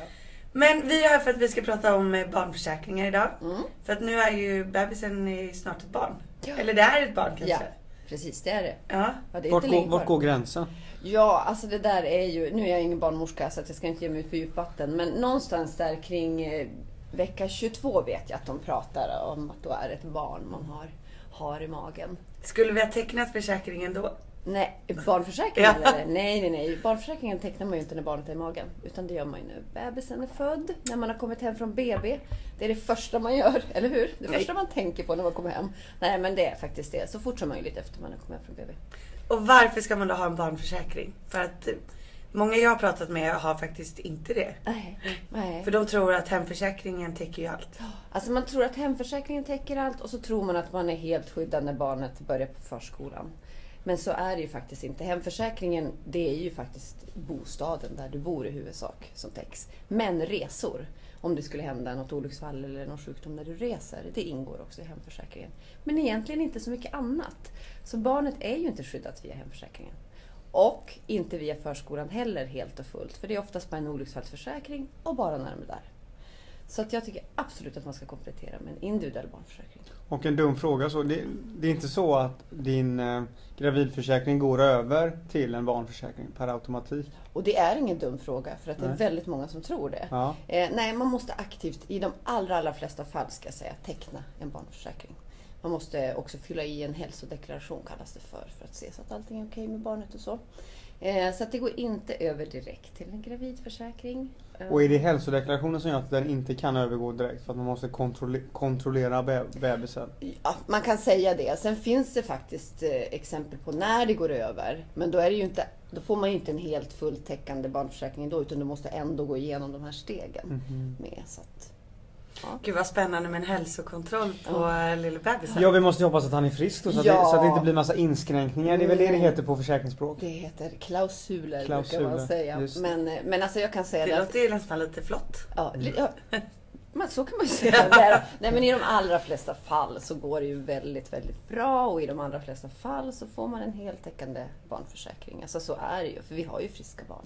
[SPEAKER 1] Men vi är här för att vi ska prata om eh, barnförsäkringar idag.
[SPEAKER 4] Mm.
[SPEAKER 1] För att nu är ju bebisen är snart ett barn. Eller det är ett barn kanske.
[SPEAKER 4] Ja, precis det är det.
[SPEAKER 1] Ja.
[SPEAKER 4] Ja, det är
[SPEAKER 2] Vart
[SPEAKER 4] inte
[SPEAKER 2] går,
[SPEAKER 4] länge
[SPEAKER 2] vart
[SPEAKER 4] kvar.
[SPEAKER 2] går gränsen?
[SPEAKER 4] Ja, alltså det där är ju... Nu är jag ingen barnmorska så att jag ska inte ge mig ut på djupvatten. Men någonstans där kring eh, vecka 22 vet jag att de pratar om att då är det ett barn man har, har i magen.
[SPEAKER 1] Skulle vi ha tecknat försäkringen då?
[SPEAKER 4] Nej, barnförsäkring
[SPEAKER 1] Ja.
[SPEAKER 4] eller? Nej, nej, nej. Barnförsäkringen tecknar man ju inte när barnet är i magen. Utan det gör man ju när bebisen är född, när man har kommit hem från BB. Det är det första man gör, eller hur? Det första man tänker på när man kommer hem. Nej, men det är faktiskt det. Så fort som möjligt efter man har kommit hem från BB.
[SPEAKER 1] Och varför ska man då ha en barnförsäkring? För att eh, många jag har pratat med har faktiskt inte det.
[SPEAKER 4] Nej, nej.
[SPEAKER 1] För de tror att hemförsäkringen täcker ju allt.
[SPEAKER 4] Alltså man tror att hemförsäkringen täcker allt och så tror man att man är helt skyddad när barnet börjar på förskolan. Men så är det ju faktiskt inte. Hemförsäkringen det är ju faktiskt bostaden där du bor i huvudsak som täcks. Men resor, om det skulle hända något olycksfall eller någon sjukdom när du reser, det ingår också i hemförsäkringen. Men egentligen inte så mycket annat. Så barnet är ju inte skyddat via hemförsäkringen. Och inte via förskolan heller helt och fullt. För det är oftast bara en olycksfallsförsäkring och bara när de är där. Så att jag tycker absolut att man ska komplettera med en individuell barnförsäkring.
[SPEAKER 2] Och en dum fråga så. Det, det är inte så att din eh, gravidförsäkring går över till en barnförsäkring per automatik?
[SPEAKER 4] Och det är ingen dum fråga för att det är
[SPEAKER 2] Nej.
[SPEAKER 4] väldigt många som tror det.
[SPEAKER 2] Ja.
[SPEAKER 4] Eh, nej, man måste aktivt, i de allra, allra flesta fall ska jag säga, teckna en barnförsäkring. Man måste också fylla i en hälsodeklaration kallas det för, för att se så att allting är okej med barnet och så. Eh, så att det går inte över direkt till en gravidförsäkring. Eh,
[SPEAKER 2] Och är det hälsodeklarationen som gör att den inte kan övergå direkt för att man måste kontrolle- kontrollera be- bebisen?
[SPEAKER 4] Ja, man kan säga det. Sen finns det faktiskt eh, exempel på när det går över. Men då, är det ju inte, då får man ju inte en helt fulltäckande barnförsäkring då utan du måste ändå gå igenom de här stegen
[SPEAKER 2] Mhm.
[SPEAKER 4] med. Så att,
[SPEAKER 1] Gud vad spännande med en hälsokontroll på eh, lilla bebisen.
[SPEAKER 2] Ja vi måste hoppas att han är frisk då, så, att det,
[SPEAKER 4] Ja.
[SPEAKER 2] så att det inte blir massa inskränkningar. Det är väl det det
[SPEAKER 4] Mm.
[SPEAKER 2] heter på försäkringsspråk?
[SPEAKER 4] det heter klausuler, brukar
[SPEAKER 2] Klausuler,
[SPEAKER 4] man säga.
[SPEAKER 2] just det.
[SPEAKER 4] Men, eh, men alltså jag kan säga
[SPEAKER 1] Det
[SPEAKER 4] det att,
[SPEAKER 1] låter ju nästan lite flott.
[SPEAKER 4] ja,
[SPEAKER 2] Mm.
[SPEAKER 4] li- ja, men så kan man ju säga. Där. Nej, men I de allra flesta fall så går det ju väldigt, väldigt bra och i de allra flesta fall så får man en heltäckande barnförsäkring. Alltså så är det ju, för vi har ju friska barn.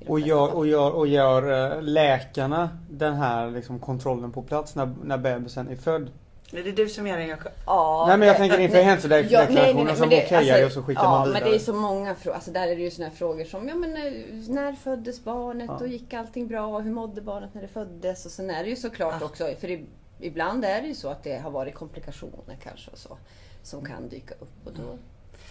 [SPEAKER 4] i de
[SPEAKER 2] Och
[SPEAKER 4] flesta
[SPEAKER 2] gör,
[SPEAKER 4] fall.
[SPEAKER 2] och, gör, och gör eh, läkarna den här liksom kontrollen på plats när, när bebisen är född?
[SPEAKER 1] Är det du som gör den Jakob?
[SPEAKER 4] Ja,
[SPEAKER 2] Nej, men jag tänker
[SPEAKER 4] eh,
[SPEAKER 2] inför
[SPEAKER 4] nej.
[SPEAKER 2] hälsodeklarationen
[SPEAKER 4] Ja, nej, nej, nej,
[SPEAKER 2] som
[SPEAKER 4] men det- alltså,
[SPEAKER 2] okej är och så skickar
[SPEAKER 4] ja,
[SPEAKER 2] man
[SPEAKER 4] men
[SPEAKER 2] vidare.
[SPEAKER 4] det är så många frågor. Alltså, där är det ju såna här frågor som, ja men eh, när föddes barnet och gick allting bra? Hur mådde barnet när det föddes? Och sen är det ju
[SPEAKER 2] Ah.
[SPEAKER 4] såklart också, för i- ibland är det ju så att det har varit komplikationer kanske och så. Som kan dyka upp och då,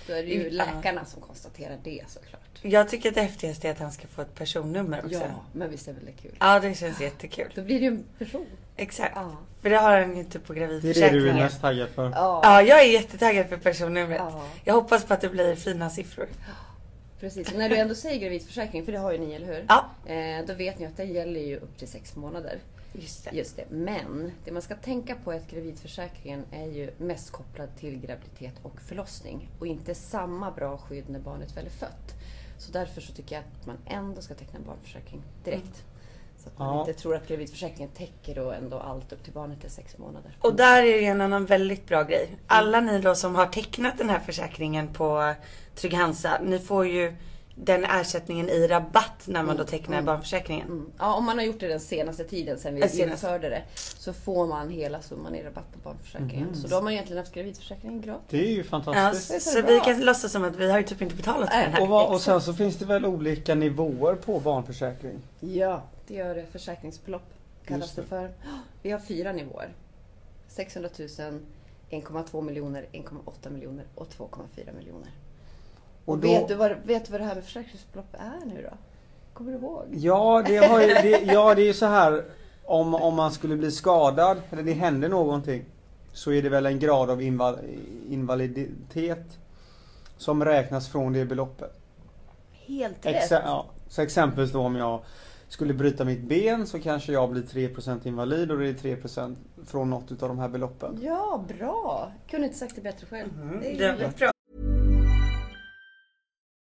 [SPEAKER 4] då är det ju
[SPEAKER 1] Ja.
[SPEAKER 4] läkarna som konstaterar det såklart.
[SPEAKER 1] Jag tycker att det häftigaste är att han ska få ett personnummer också.
[SPEAKER 4] Ja, men visst är väl det kul?
[SPEAKER 1] Ja, det känns jättekul.
[SPEAKER 4] Då blir det ju en person.
[SPEAKER 1] Exakt.
[SPEAKER 4] Ja.
[SPEAKER 1] För det har han ju inte på
[SPEAKER 2] Det är det du är
[SPEAKER 1] gravidförsäkringen.
[SPEAKER 2] mest taggad för?
[SPEAKER 4] Ja,
[SPEAKER 1] Ja, jag är jättetaggad för personnumret.
[SPEAKER 4] Ja.
[SPEAKER 1] Jag hoppas på att det blir fina siffror.
[SPEAKER 4] precis. Och När du ändå säger gravidförsäkring, för det har ju ni, eller hur?
[SPEAKER 1] Ja,
[SPEAKER 4] Eh, då vet ni att den gäller ju upp till sex månader.
[SPEAKER 1] just det.
[SPEAKER 4] Just det. Men det man ska tänka på är att gravidförsäkringen är ju mest kopplad till graviditet och förlossning och inte samma bra skydd när barnet väl är fött. Så därför så tycker jag att man ändå ska teckna en barnförsäkring direkt.
[SPEAKER 1] Mm.
[SPEAKER 4] Så att man
[SPEAKER 2] Ja.
[SPEAKER 4] inte tror att gravidförsäkringen täcker då ändå allt upp till barnet är sex månader.
[SPEAKER 1] Och där är det en annan väldigt bra grej. Alla ni då som har tecknat den här försäkringen på Trygg-Hansa, ni får ju den ersättningen i rabatt när man då tecknar barnförsäkringen.
[SPEAKER 4] Mm. Ja, om man har gjort det den senaste tiden sen vi
[SPEAKER 1] Den senaste.
[SPEAKER 4] införde det så får man hela summan i rabatt på barnförsäkringen. Så då har man egentligen haft gravidförsäkringen gratis.
[SPEAKER 2] Det är ju
[SPEAKER 1] Ja,
[SPEAKER 2] fantastiskt.
[SPEAKER 4] Det är så
[SPEAKER 1] så
[SPEAKER 4] bra.
[SPEAKER 1] vi kan låtsas som att vi har ju typ inte betalat för
[SPEAKER 4] Nej.
[SPEAKER 1] den här.
[SPEAKER 2] Och, vad, och sen så finns det väl olika nivåer på barnförsäkring?
[SPEAKER 4] Ja, det gör det. Försäkringsbelopp kallas
[SPEAKER 2] Just
[SPEAKER 4] det.
[SPEAKER 2] det.
[SPEAKER 4] för. Vi har fyra nivåer. 600 000, 1,2 miljoner, 1,8 miljoner och 2,4 miljoner. Och,
[SPEAKER 2] Och då-
[SPEAKER 4] vet, du vad, vet du vad det här med försäkringsbelopp är nu då? Kommer du ihåg?
[SPEAKER 2] Ja det, har ju, det, ja, det är ju så här om, om man skulle bli skadad eller det händer någonting så är det väl en grad av inval, invaliditet som räknas från det beloppet.
[SPEAKER 4] Helt rätt.
[SPEAKER 2] Exe- ja. Så exempelvis då om jag skulle bryta mitt ben så kanske jag blir 3% invalid och det är 3% från något utav de här beloppen.
[SPEAKER 4] Ja, bra! Kunde inte sagt det bättre själv. Det är
[SPEAKER 1] Mm-hmm.
[SPEAKER 4] ju
[SPEAKER 1] Det är
[SPEAKER 4] rätt.
[SPEAKER 1] bra.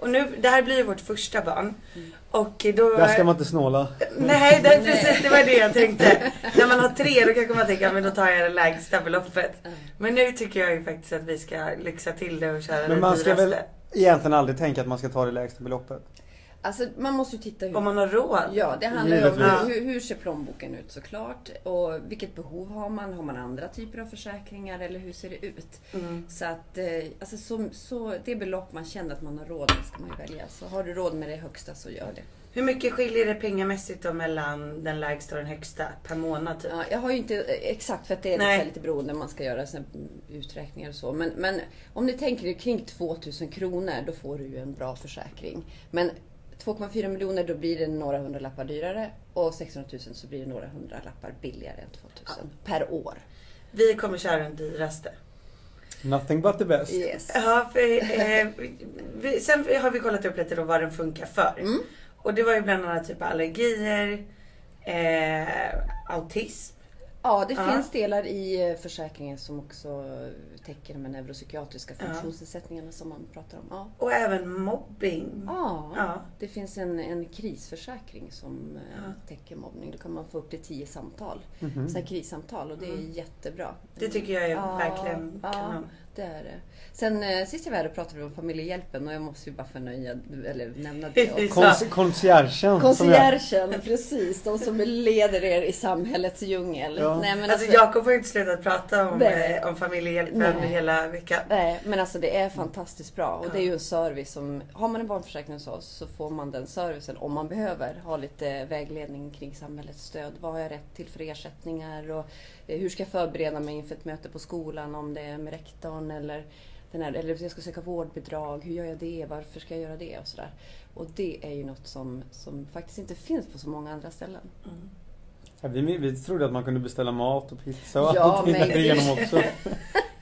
[SPEAKER 1] Och nu, det här blir vårt första barn.
[SPEAKER 4] Mm.
[SPEAKER 1] Och då...
[SPEAKER 2] Där ska man inte snåla.
[SPEAKER 1] Nej, det, precis det var det jag tänkte. När man har tre då kanske man tänker men då tar jag det lägsta beloppet.
[SPEAKER 4] Mm.
[SPEAKER 1] Men nu tycker jag ju faktiskt att vi ska lyxa till det och köra
[SPEAKER 2] Men
[SPEAKER 1] det
[SPEAKER 2] man ska
[SPEAKER 1] dyraste.
[SPEAKER 2] väl egentligen aldrig tänka att man ska ta det lägsta beloppet.
[SPEAKER 4] Alltså, man måste ju titta hur...
[SPEAKER 1] Om man har råd.
[SPEAKER 4] Ja, det handlar ju om
[SPEAKER 2] Givetvis.
[SPEAKER 4] hur, hur ser plånboken ut såklart. Och vilket behov har man? Har man andra typer av försäkringar eller hur ser det ut? Så att eh, alltså, så, så det belopp man känner att man har råd med ska man ju välja. Så har du råd med det högsta så gör det.
[SPEAKER 1] Hur mycket skiljer det pengamässigt då mellan den lägsta och den högsta per månad typ?
[SPEAKER 4] Ja, jag har ju inte eh, exakt för att det är
[SPEAKER 1] Nej.
[SPEAKER 4] lite- lite beroende om man ska göra sina uträkningar och så. Men, men om ni tänker er kring 2000 kronor då får du ju en bra försäkring. Men 2,4 miljoner då blir det några hundralappar dyrare och 600 000 så blir det några hundralappar billigare än 2000 per år.
[SPEAKER 1] Vi kommer köra den dyraste.
[SPEAKER 2] Nothing but the best.
[SPEAKER 4] Yes.
[SPEAKER 1] Ja, för, eh, vi, sen har vi kollat upp lite då vad den funkar för.
[SPEAKER 4] Mm.
[SPEAKER 1] Och det var ju bland annat typ allergier, eh, autism.
[SPEAKER 4] Ja, det
[SPEAKER 1] Ja.
[SPEAKER 4] finns delar i eh, försäkringen som också täcker de här neuropsykiatriska funktionsnedsättningarna som man pratar om. Ja.
[SPEAKER 1] Och även mobbing.
[SPEAKER 4] Ja,
[SPEAKER 1] Ja.
[SPEAKER 4] det finns en, en krisförsäkring som eh, täcker mobbning. Då kan man få upp till tio samtal. Mm. krissamtal och det är jättebra.
[SPEAKER 1] Mm. Det tycker jag är
[SPEAKER 4] Ja,
[SPEAKER 1] verkligen
[SPEAKER 4] ja,
[SPEAKER 1] kanon.
[SPEAKER 4] det är det. Sen eh, sist jag var här och pratade vi om familjehjälpen och jag måste ju bara förnöja, eller nämna det också.
[SPEAKER 2] Kon- Conciergen. som jag-
[SPEAKER 4] Conciergen, precis. De som leder er i samhällets djungel.
[SPEAKER 2] Ja.
[SPEAKER 4] Nej, men
[SPEAKER 1] Alltså
[SPEAKER 4] alltså,
[SPEAKER 1] Jakob har ju inte slutat prata om,
[SPEAKER 4] Nej.
[SPEAKER 1] eh, om familjehjälpen
[SPEAKER 4] Nej.
[SPEAKER 1] hela veckan.
[SPEAKER 4] Nej, men alltså det är fantastiskt bra och det är ju en service som... Har man en barnförsäkring hos oss så får man den servicen om man behöver. Ha lite vägledning kring samhällets stöd. Vad har jag rätt till för ersättningar? Och eh, hur ska jag förbereda mig inför ett möte på skolan om det är med rektorn eller... Den här, eller jag ska söka vårdbidrag, hur gör jag det, varför ska jag göra det och sådär. Och det är ju något som, som faktiskt inte finns på så många andra ställen.
[SPEAKER 2] Ja, vi, vi trodde att man kunde beställa mat och pizza och
[SPEAKER 4] Ja,
[SPEAKER 2] allting
[SPEAKER 4] men-
[SPEAKER 2] därigenom också.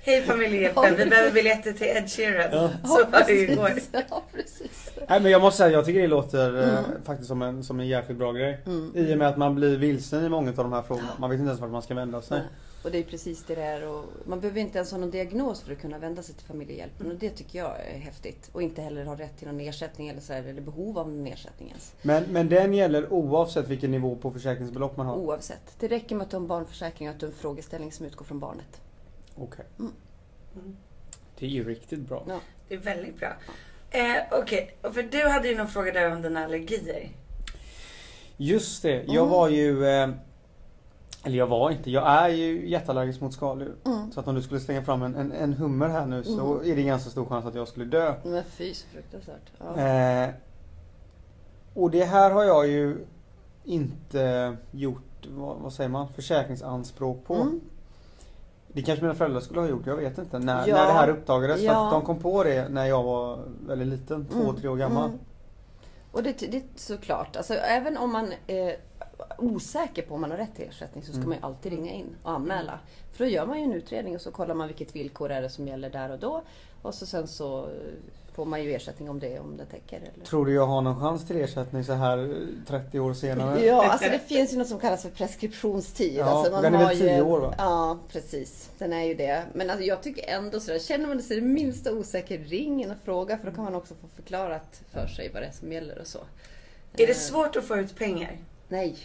[SPEAKER 1] Hej familjehjälpen, vi behöver biljetter till Ed Sheeran. Så var det ju igår.
[SPEAKER 4] Ja, precis.
[SPEAKER 2] Nej men jag måste säga, jag tycker det låter
[SPEAKER 1] Mm.
[SPEAKER 2] eh, faktiskt som en, som en jäkligt bra grej. I och med att man blir vilsen i många av de här frågorna. Man vet inte ens vart man ska vända sig.
[SPEAKER 4] Och det är precis det där. Och man behöver inte ens ha någon diagnos för att kunna vända sig till familjehjälpen. Och det tycker jag är häftigt. Och inte heller ha rätt till någon ersättning eller, så här, eller behov av någon ersättning ens.
[SPEAKER 2] Men, men den gäller oavsett vilken nivå på försäkringsbelopp man har?
[SPEAKER 4] Mm.
[SPEAKER 2] Okej.
[SPEAKER 4] Oavsett. Det räcker med att du har en barnförsäkring och att du har en frågeställning som utgår från barnet.
[SPEAKER 5] Det är ju riktigt bra.
[SPEAKER 4] Ja.
[SPEAKER 1] Det är väldigt bra. Eh, Okej, och för du hade ju någon fråga där om dina allergier.
[SPEAKER 2] Just det, jag var ju... Eh, eller jag var inte, jag är ju jätteallergisk mot skaldjur. Så att om du skulle slänga fram en, en, en hummer här nu så är det ganska stor chans att jag skulle dö.
[SPEAKER 4] Men fy så fruktansvärt. Ja.
[SPEAKER 2] Eh, och det här har jag ju inte gjort, vad, vad säger man, försäkringsanspråk på.
[SPEAKER 4] Mm.
[SPEAKER 2] Det kanske mina föräldrar skulle ha gjort, jag vet inte. När,
[SPEAKER 4] Ja.
[SPEAKER 2] när det här uppdagades. För
[SPEAKER 4] Ja. Mm.
[SPEAKER 2] att de kom på det när jag var väldigt liten, två, tre år gammal.
[SPEAKER 4] Och det, det är såklart. Alltså, även om man är osäker på om man har rätt till ersättning så ska man ju alltid ringa in och anmäla. För då gör man ju en utredning och så kollar man vilket villkor är det som gäller där och då. Och så sen så eh, får man ju ersättning om det, om det täcker. Eller?
[SPEAKER 2] Tror du jag har någon chans till ersättning så här eh, 30 år senare?
[SPEAKER 4] Ja, alltså det finns ju något som kallas för preskriptionstid.
[SPEAKER 2] Ja,
[SPEAKER 4] alltså
[SPEAKER 2] den är väl
[SPEAKER 4] har ju-
[SPEAKER 2] tio år, va?
[SPEAKER 4] Ja, precis. Den är ju det. Men alltså, jag tycker ändå sådär, känner man sig det minsta osäker, ring in och fråga för då kan man också få förklarat för sig vad det är som gäller och så.
[SPEAKER 1] Är det svårt att få ut pengar?
[SPEAKER 4] Nej,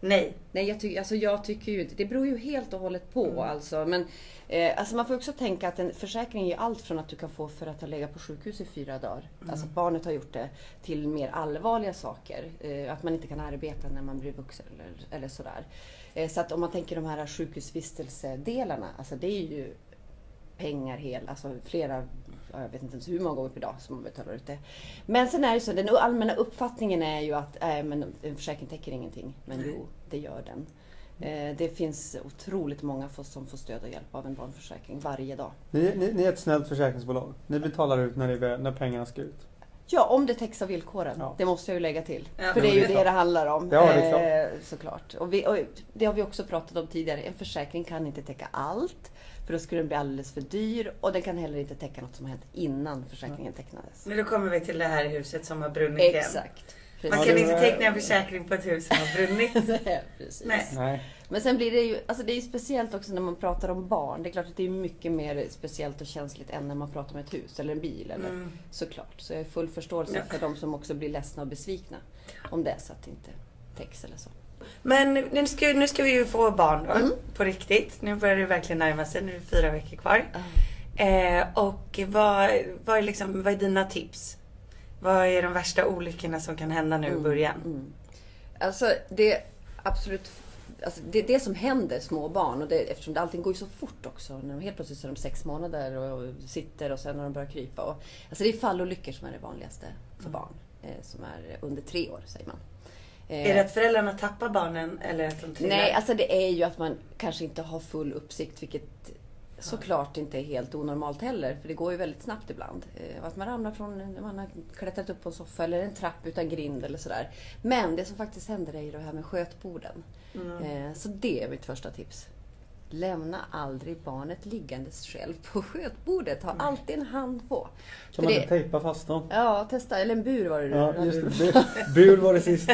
[SPEAKER 1] Nej.
[SPEAKER 4] Nej, jag, ty- alltså, jag tycker ju inte... Det beror ju helt och hållet på alltså. Men eh, alltså, man får också tänka att en försäkring är allt från att du kan få för att ha legat på sjukhus i fyra dagar. Alltså att barnet har gjort det till mer allvarliga saker. Eh, att man inte kan arbeta när man blir vuxen eller, eller sådär. Eh, så att om man tänker de här sjukhusvistelsedelarna. Alltså det är ju pengar hel, alltså flera, ja, jag vet inte ens hur många gånger per dag som man betalar ut det. Men sen är det så, den allmänna uppfattningen är ju att äh, men en försäkring täcker ingenting. Men jo, det gör den. Eh, det finns otroligt många få- som får stöd och hjälp av en barnförsäkring varje dag.
[SPEAKER 2] Ni, ni, ni är ett snällt försäkringsbolag. Ni betalar ut när, det, är vä- när pengarna ska ut.
[SPEAKER 4] Ja, om det täcks av villkoren.
[SPEAKER 2] Ja.
[SPEAKER 4] Det måste jag ju lägga till.
[SPEAKER 1] Ja.
[SPEAKER 4] För det är ju det det handlar om.
[SPEAKER 2] Ja, det är
[SPEAKER 4] Eh, såklart. Och vi, och det har vi också pratat om tidigare. En försäkring kan inte täcka allt. För då skulle den bli alldeles för dyr. Och den kan heller inte täcka något som har hänt innan försäkringen tecknades.
[SPEAKER 1] Men då kommer vi till det här huset som har brunnit igen.
[SPEAKER 4] Exakt.
[SPEAKER 1] Man
[SPEAKER 2] Ja,
[SPEAKER 1] kan
[SPEAKER 2] det
[SPEAKER 1] inte
[SPEAKER 2] var-
[SPEAKER 1] teckna en försäkring på ett hus som har brunnit.
[SPEAKER 4] Nej, Precis.
[SPEAKER 1] Nej.
[SPEAKER 2] Nej.
[SPEAKER 4] Men sen blir det ju, alltså det är ju speciellt också när man pratar om barn. Det är klart att det är mycket mer speciellt och känsligt än när man pratar om ett hus eller en bil. Eller, Såklart. Så jag har full förståelse
[SPEAKER 1] Ja.
[SPEAKER 4] för de som också blir ledsna och besvikna. Om det är så att det inte täcks eller så.
[SPEAKER 1] Men nu ska, nu ska vi ju få barn då,
[SPEAKER 4] Mm.
[SPEAKER 1] på riktigt. Nu börjar det verkligen närma sig, nu är det fyra veckor kvar. Eh, och vad, vad, är liksom, vad är dina tips? Vad är de värsta olyckorna som kan hända
[SPEAKER 4] Mm.
[SPEAKER 1] nu i början?
[SPEAKER 4] Alltså det absolut Alltså det, det som händer små barn, och det, eftersom det, allting går ju så fort också. När de helt plötsligt så är de sex månader och, och sitter och sen när de börjar krypa. Och, alltså det är fallolyckor som är det vanligaste
[SPEAKER 1] Mm.
[SPEAKER 4] för barn eh, som är under tre år, säger man. Eh,
[SPEAKER 1] Är det att föräldrarna tappar barnen eller att de trillar?
[SPEAKER 4] Nej, alltså det är ju att man kanske inte har full uppsikt, vilket såklart inte är helt onormalt heller, för det går ju väldigt snabbt ibland. Eh, och Att man ramlar från, en- man har klättrat upp på en soffa eller en trapp utan grind eller sådär. Men det som faktiskt händer är ju det här med skötborden.
[SPEAKER 2] Mm.
[SPEAKER 4] Eh, Så det är mitt första tips. Lämna aldrig barnet liggandes själv på skötbordet. Ha alltid en hand på. För
[SPEAKER 2] Kan man
[SPEAKER 4] det-
[SPEAKER 2] inte tejpa fast dem?
[SPEAKER 4] Ja, testa. Eller en bur var det du
[SPEAKER 2] Ja,
[SPEAKER 4] hade
[SPEAKER 2] just
[SPEAKER 4] du
[SPEAKER 2] det. Bu- Bur var det sist.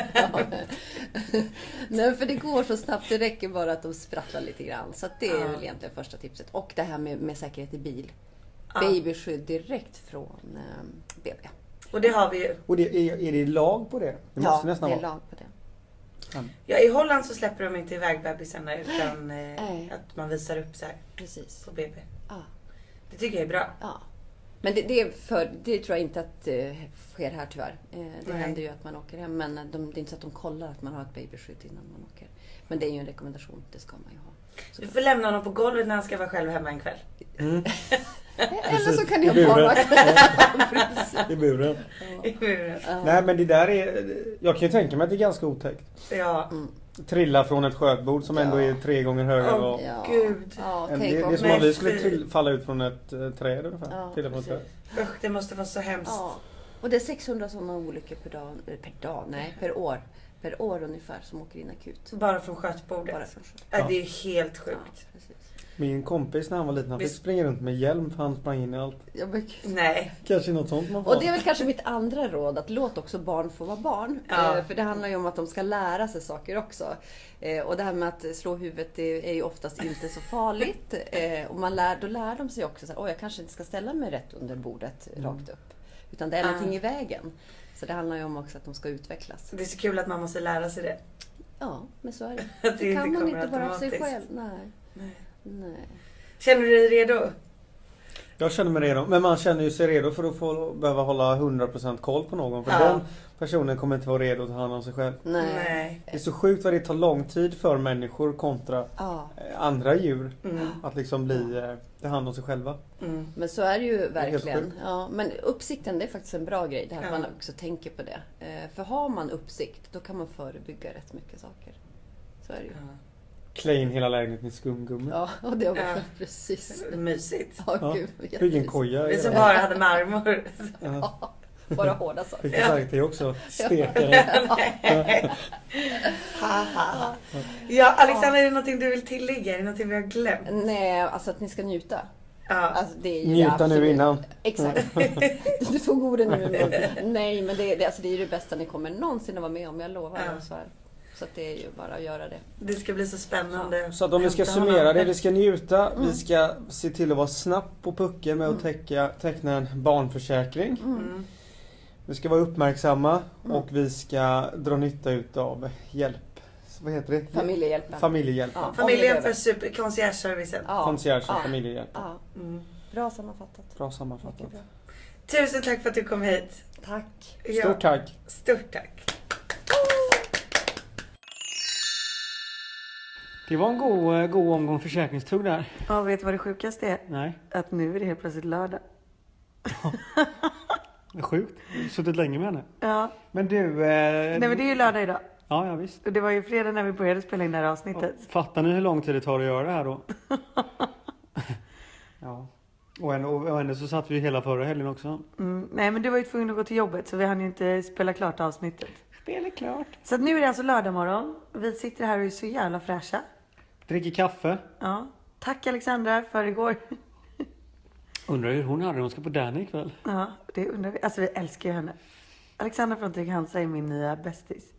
[SPEAKER 4] Nej, för det går så snabbt. Det räcker bara att de sprattlar lite grann. Så att det är väl egentligen första tipset. Och det här med, med säkerhet i bil. Babyskydd direkt från eh, BB.
[SPEAKER 1] Och det har vi ju.
[SPEAKER 2] Och det, är, är det lag på det? Det måste nästan
[SPEAKER 4] det är
[SPEAKER 2] vara.
[SPEAKER 4] lag på det.
[SPEAKER 1] Ja, I Holland så släpper de inte iväg bebisarna utan
[SPEAKER 4] Nej.
[SPEAKER 1] eh, att man visar upp så här
[SPEAKER 4] Precis.
[SPEAKER 1] på BB.
[SPEAKER 4] Ja.
[SPEAKER 1] Det tycker jag är bra.
[SPEAKER 4] Ja. Men det, det, är för, det tror jag inte att eh, sker här tyvärr. Eh, det
[SPEAKER 1] Nej.
[SPEAKER 4] händer ju att man åker hem men de, det är inte så att de kollar att man har ett babyskydd innan man åker. Men det är ju en rekommendation. Det ska man ju ha.
[SPEAKER 1] Du får lämna honom på golvet när han ska vara själv hemma en kväll.
[SPEAKER 4] Eller så kan ni
[SPEAKER 2] I
[SPEAKER 4] ha
[SPEAKER 2] buren.
[SPEAKER 4] barnvakt.
[SPEAKER 2] I buren.
[SPEAKER 1] Ja.
[SPEAKER 2] Nej men det där är, jag kan ju tänka mig att det är ganska otäckt.
[SPEAKER 1] ja.
[SPEAKER 4] Mm.
[SPEAKER 2] Trilla från ett skötbord som ändå är tre gånger högre.
[SPEAKER 1] Åh,
[SPEAKER 2] och,
[SPEAKER 4] Ja.
[SPEAKER 1] Gud.
[SPEAKER 4] Ja,
[SPEAKER 2] en,
[SPEAKER 4] tänk
[SPEAKER 2] det, det
[SPEAKER 4] om.
[SPEAKER 2] är som om
[SPEAKER 1] Nej,
[SPEAKER 2] vi skulle
[SPEAKER 1] fy.
[SPEAKER 2] trill, falla ut från ett eh, träd ungefär.
[SPEAKER 4] Ja,
[SPEAKER 2] Trilla från ett träd.
[SPEAKER 1] Usch, det måste vara så hemskt.
[SPEAKER 4] Ja. Och det är 600 sådana olyckor per dag, eh, per dag, nej, per år. Per år ungefär som åker in akut.
[SPEAKER 1] Bara från skötbordet.
[SPEAKER 4] Bara från sjukhuset.
[SPEAKER 1] Ja, det är helt sjukt.
[SPEAKER 4] Precis.
[SPEAKER 2] Min kompis när han var liten han fick
[SPEAKER 1] Visst.
[SPEAKER 2] springa runt med hjälm för han sprang in i allt.
[SPEAKER 4] Ja, men gud.
[SPEAKER 1] Nej.
[SPEAKER 2] Kanske något sånt man får.
[SPEAKER 4] Och det är väl kanske mitt andra råd, att låt också barn få vara barn.
[SPEAKER 1] Ja.
[SPEAKER 4] Eh, För det handlar ju om att de ska lära sig saker också. Eh, Och det här med att slå huvudet det är ju oftast inte så farligt. Eh, Och man lär, då lär de sig också att jag kanske inte ska ställa mig rätt under bordet rakt upp. Utan det är någonting i vägen. Så det handlar ju om också att de ska utvecklas.
[SPEAKER 1] Det är så kul att man måste lära sig det.
[SPEAKER 4] Ja, men så är det.
[SPEAKER 1] Det
[SPEAKER 4] Det,
[SPEAKER 1] inte
[SPEAKER 4] kan man
[SPEAKER 1] kommer
[SPEAKER 4] inte bara av sig
[SPEAKER 1] automatiskt.
[SPEAKER 4] själv. Nej. Nej.
[SPEAKER 1] Känner du dig redo?
[SPEAKER 2] Jag känner mig redo. Men man känner ju sig redo för att få behöva hålla 100% koll på någon. För
[SPEAKER 1] Ja.
[SPEAKER 2] den personen kommer inte vara redo att ta hand om sig själv.
[SPEAKER 4] Nej.
[SPEAKER 2] Det är så sjukt vad det tar lång tid för människor kontra
[SPEAKER 4] Ja,
[SPEAKER 2] eh, andra djur.
[SPEAKER 1] Mm,
[SPEAKER 2] Att liksom bli, eh, ta hand om sig själva.
[SPEAKER 4] men så är det ju
[SPEAKER 2] helt
[SPEAKER 4] verkligen.
[SPEAKER 2] sjukt.
[SPEAKER 4] Ja, men uppsikten det är faktiskt en bra grej. Det här att
[SPEAKER 1] Ja.
[SPEAKER 4] man också tänker på det. Eh, För har man uppsikt då kan man förebygga rätt mycket saker. Så är det ju.
[SPEAKER 2] Klä in hela lägenheten i skumgummi.
[SPEAKER 4] Ja, och det var
[SPEAKER 1] Ja.
[SPEAKER 4] precis.
[SPEAKER 1] Mysigt.
[SPEAKER 4] Ja,
[SPEAKER 2] Ja.
[SPEAKER 4] gud, vad
[SPEAKER 2] Bygg en
[SPEAKER 4] jättemysigt.
[SPEAKER 2] koja.
[SPEAKER 1] Vi
[SPEAKER 2] i
[SPEAKER 1] som
[SPEAKER 2] det.
[SPEAKER 1] bara hade marmor.
[SPEAKER 4] Ja, bara hårda saker.
[SPEAKER 2] Fick jag sagt det också? Stekare.
[SPEAKER 1] Ja, Alexandra, är det någonting du vill tillägga? Är det någonting vi har glömt?
[SPEAKER 4] Nej, alltså att ni ska njuta.
[SPEAKER 1] Ja.
[SPEAKER 4] Alltså, det är ju det
[SPEAKER 2] Njuta nu
[SPEAKER 4] absolut-
[SPEAKER 2] innan.
[SPEAKER 4] Exakt. Du tog orden nu munnen. Nej, men det, det, alltså, det är ju det bästa ni kommer någonsin att vara med om, jag lovar.
[SPEAKER 1] Ja.
[SPEAKER 4] Så, här. så att det är ju bara att göra det.
[SPEAKER 1] Det ska bli så spännande.
[SPEAKER 2] Så att om vi ska
[SPEAKER 1] Hämta honom.
[SPEAKER 2] summera det, liksom- vi ska njuta,
[SPEAKER 4] Mm.
[SPEAKER 2] vi ska se till att vara snabb på pucken med att täcka, teckna en barnförsäkring.
[SPEAKER 4] Mm.
[SPEAKER 2] Vi ska vara uppmärksamma och vi ska dra nytta utav hjälp
[SPEAKER 3] vad heter det?
[SPEAKER 4] Familjehjälpen.
[SPEAKER 3] Familjehjälpen.
[SPEAKER 4] Ja.
[SPEAKER 1] Familjen för super, conciergeservicen.
[SPEAKER 4] Ja.
[SPEAKER 3] Concierge och
[SPEAKER 4] ja.
[SPEAKER 3] familjehjälpen.
[SPEAKER 4] Ja.
[SPEAKER 1] Mm.
[SPEAKER 4] Bra sammanfattat.
[SPEAKER 3] Bra sammanfattat.
[SPEAKER 4] Mycket bra.
[SPEAKER 1] Tusen tack för att du kom hit.
[SPEAKER 4] Tack.
[SPEAKER 1] Ja,
[SPEAKER 3] Stort tack.
[SPEAKER 1] Stort tack.
[SPEAKER 2] Det var en god, eh, god omgång försäkringstugg där.
[SPEAKER 1] Ja, vet du vad det sjukaste är?
[SPEAKER 2] Nej,
[SPEAKER 1] Att nu är det helt plötsligt lördag.
[SPEAKER 2] det är sjukt. Jag har Suttit länge med henne.
[SPEAKER 1] Ja,
[SPEAKER 2] Men du... Eh,
[SPEAKER 1] nej men det är ju lördag idag.
[SPEAKER 2] Ja, ja visst.
[SPEAKER 1] Och det var ju fredag när vi började spela in det här avsnittet.
[SPEAKER 2] Fattar ni hur lång tid det tar att göra det här då? ja. Och ändå, och ändå så satt vi ju hela förra helgen också.
[SPEAKER 1] Mm, nej men du var ju tvungen att gå till jobbet så vi hann ju inte spela klart avsnittet.
[SPEAKER 2] Spel är klart.
[SPEAKER 1] Så att nu är det alltså lördag morgon. Vi sitter här och är så jävla fräscha.
[SPEAKER 2] Dricker kaffe.
[SPEAKER 1] Ja. Tack Alexandra för igår.
[SPEAKER 2] Undrar hur hon hade det. Hon ska på Danny ikväll.
[SPEAKER 1] Ja, det undrar vi. Alltså vi älskar ju henne. Alexandra från Trygg-Hansa är min nya bästis.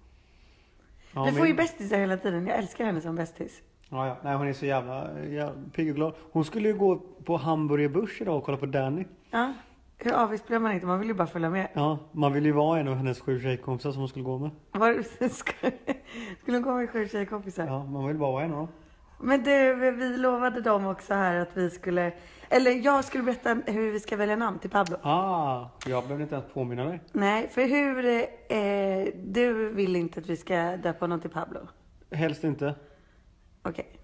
[SPEAKER 2] Ja,
[SPEAKER 1] vi får
[SPEAKER 2] men-
[SPEAKER 1] ju bästisar hela tiden. Jag älskar henne som bästis.
[SPEAKER 2] Ja, ja. Nej, hon är så jävla, jävla pigg och glad. Hon skulle ju gå på Hamburger Busch idag och kolla på Danny.
[SPEAKER 1] Ja. Hur avvis blir man inte? Man vill ju bara följa med.
[SPEAKER 2] Ja, man vill ju vara en av hennes sju tjejkompisar som hon skulle gå med.
[SPEAKER 1] Var, skulle skulle hon komma med sju tjejkompisar?
[SPEAKER 2] Ja, man vill bara vara en av dem.
[SPEAKER 1] Men du, vi lovade dem också här att vi skulle... Eller jag skulle berätta hur vi ska välja namn till Pablo.
[SPEAKER 2] Ah, jag behöver inte ens påminna dig.
[SPEAKER 1] Nej, för hur... Eh, du vill inte att vi ska döpa honom till Pablo?
[SPEAKER 2] Helst inte.
[SPEAKER 1] Okej.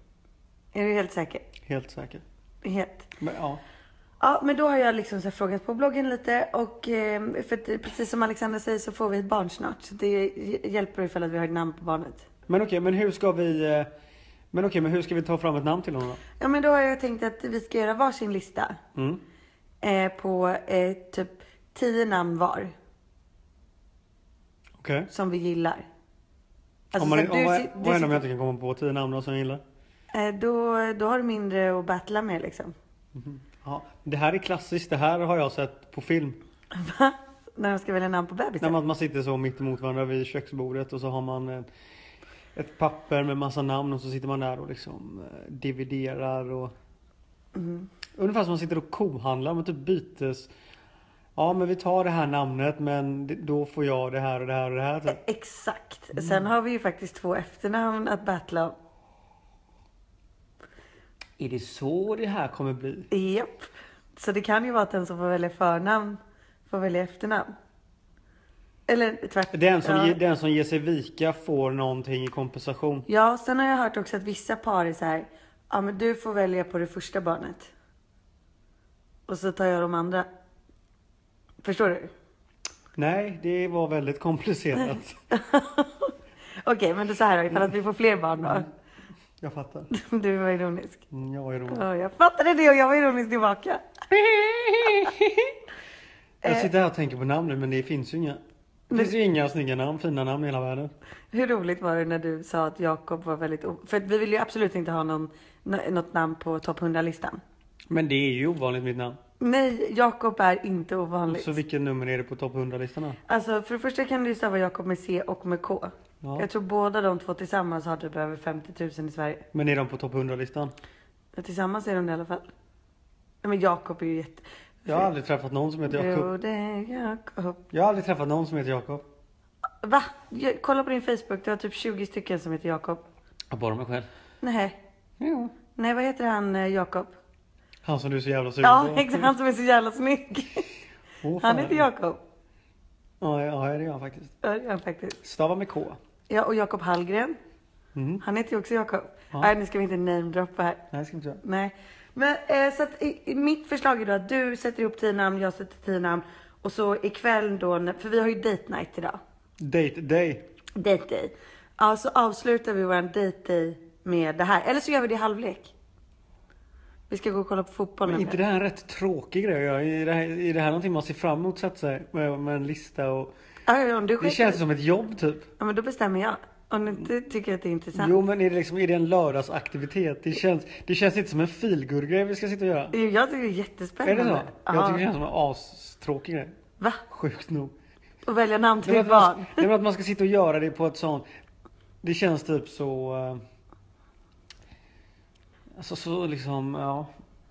[SPEAKER 1] Är du helt säker?
[SPEAKER 2] Helt säkert.
[SPEAKER 1] Helt.
[SPEAKER 2] Men ja,
[SPEAKER 1] Ja, men då har jag liksom så här frågat på bloggen lite och eh, för att, det- precis som Alexandra säger så får vi ett barn snart. Så det hj- hjälper ifall att vi har ett namn på barnet.
[SPEAKER 2] Men okej, men hur ska vi... eh, Men okej, men hur ska vi ta fram ett namn till honom då?
[SPEAKER 1] Ja, men då har jag tänkt att vi ska göra varsin lista.
[SPEAKER 2] Mm.
[SPEAKER 1] Eh, på eh, typ tio namn var
[SPEAKER 2] Okej.
[SPEAKER 1] som vi gillar. Alltså,
[SPEAKER 2] Om man,
[SPEAKER 1] så att
[SPEAKER 2] om, vad,
[SPEAKER 1] sit-
[SPEAKER 2] vad händer om
[SPEAKER 1] sitter-
[SPEAKER 2] jag inte kan komma på tio namn då som jag gillar?
[SPEAKER 1] Eh, då, då har du mindre att battla med liksom.
[SPEAKER 2] Ja, det här är klassiskt. Det här har jag sett på film.
[SPEAKER 1] Va? När de ska välja namn på bebisen?
[SPEAKER 2] När man, man sitter så mitt emot varandra vid köksbordet och så har man eh, ett papper med massa namn och så sitter man där och liksom eh, dividerar och...
[SPEAKER 1] Mm.
[SPEAKER 2] Ungefär som man sitter och kohandlar med typ bytes... Ja men vi tar det här namnet men det- då får jag det här och det här och det här typ.
[SPEAKER 1] Exakt. Sen har vi ju faktiskt två efternamn att battla om.
[SPEAKER 2] Är det så det här kommer bli?
[SPEAKER 1] Japp. Så det kan ju vara att den som får välja förnamn får välja efternamn. Eller tvärtom.
[SPEAKER 2] Den som,
[SPEAKER 1] ja.
[SPEAKER 2] ge, den som ger sig vika får någonting i kompensation.
[SPEAKER 1] ja, sen har jag hört också att vissa par är så här. Ja, men du får välja på det första barnet. Och så tar jag de andra. Förstår du?
[SPEAKER 2] Nej, det var väldigt komplicerat.
[SPEAKER 1] Okej, men det är så här då, ifall att vi får fler barn då.
[SPEAKER 2] Mm. Jag fattar.
[SPEAKER 1] Du var ironisk.
[SPEAKER 2] Mm, Jag var ironisk.
[SPEAKER 1] Ja, jag fattade det och jag var ironisk tillbaka.
[SPEAKER 2] Jag sitter
[SPEAKER 1] Eh.
[SPEAKER 2] här och tänker på namn nu men det finns ju inga. Det finns ju inga snygga namn, fina namn i hela världen.
[SPEAKER 1] Hur roligt var det när du sa att Jakob var väldigt... o- För att vi vill ju absolut inte ha någon, nå- något namn på topp 100-listan.
[SPEAKER 2] Men det är ju ovanligt mitt namn.
[SPEAKER 1] Nej, Jakob är inte ovanligt.
[SPEAKER 2] Så vilket nummer är det på topp 100-listan då?
[SPEAKER 1] Alltså för det första kan du ju stava Jakob med C och med K.
[SPEAKER 2] Ja.
[SPEAKER 1] Jag tror båda de två tillsammans har typ över 50 000 i Sverige.
[SPEAKER 2] Men är de på topp 100-listan?
[SPEAKER 1] Ja, Tillsammans är de det i alla fall. Nej men Jakob är ju jätte...
[SPEAKER 2] Jag har aldrig träffat någon som heter Jakob.
[SPEAKER 1] Jo, det är Jakob.
[SPEAKER 2] Jag har aldrig träffat någon som heter Jakob.
[SPEAKER 1] Va? Ja, Kolla på din Facebook, du har typ 20 stycken som heter Jakob.
[SPEAKER 2] Bara mig själv.
[SPEAKER 1] Nej. Nej, vad heter han eh, Jakob?
[SPEAKER 2] Han som du är så jävla sugen
[SPEAKER 1] Ja,
[SPEAKER 2] på.
[SPEAKER 1] exakt. Han som är så jävla snygg.
[SPEAKER 2] Åh, fan.
[SPEAKER 1] Han heter Jakob.
[SPEAKER 2] Ja, ja, det gör han faktiskt.
[SPEAKER 1] Ja, det gör han faktiskt.
[SPEAKER 2] Stava med K.
[SPEAKER 1] Ja, och Jakob Hallgren.
[SPEAKER 2] Mm.
[SPEAKER 1] Han heter ju också Jakob. Nej, nu ska vi inte namedroppa här.
[SPEAKER 2] Nej, det ska vi inte göra.
[SPEAKER 1] Nej. Men eh, så att, i, i mitt förslag är då att du sätter ihop tio namn, jag sätter tio namn. Och så ikväll då, när- för vi har ju date night idag.
[SPEAKER 2] Date day.
[SPEAKER 1] Date day. Ja, så avslutar vi våran date day med det här. Eller så gör vi det i halvlek. Vi ska gå och kolla på fotboll
[SPEAKER 2] Men
[SPEAKER 1] nämligen.
[SPEAKER 2] inte det här en rätt tråkig grej att göra? Är det här, är det här någonting man ser fram emot så att säga? Med, med en lista och...
[SPEAKER 1] Ja, ja, om du
[SPEAKER 2] Det
[SPEAKER 1] skiter-
[SPEAKER 2] känns som ett jobb typ.
[SPEAKER 1] Ja, men då bestämmer jag. Om du inte tycker att det är intressant.
[SPEAKER 2] Jo men är det liksom, är det en lördagsaktivitet? Det känns, det känns inte som en feelgood-grej vi ska sitta och göra.
[SPEAKER 1] Jo, Jag tycker det är
[SPEAKER 2] Är
[SPEAKER 1] jättespännande.
[SPEAKER 2] det så? Jag tycker det
[SPEAKER 1] ja.
[SPEAKER 2] känns som en astråkig grej.
[SPEAKER 1] Va?
[SPEAKER 2] Sjukt nog.
[SPEAKER 1] Och välja namn till
[SPEAKER 2] Nej, men
[SPEAKER 1] ditt
[SPEAKER 2] att man,
[SPEAKER 1] barn?
[SPEAKER 2] nej, men att man ska sitta och göra det på ett sånt... Det känns typ så... eh, Alltså så liksom, ja.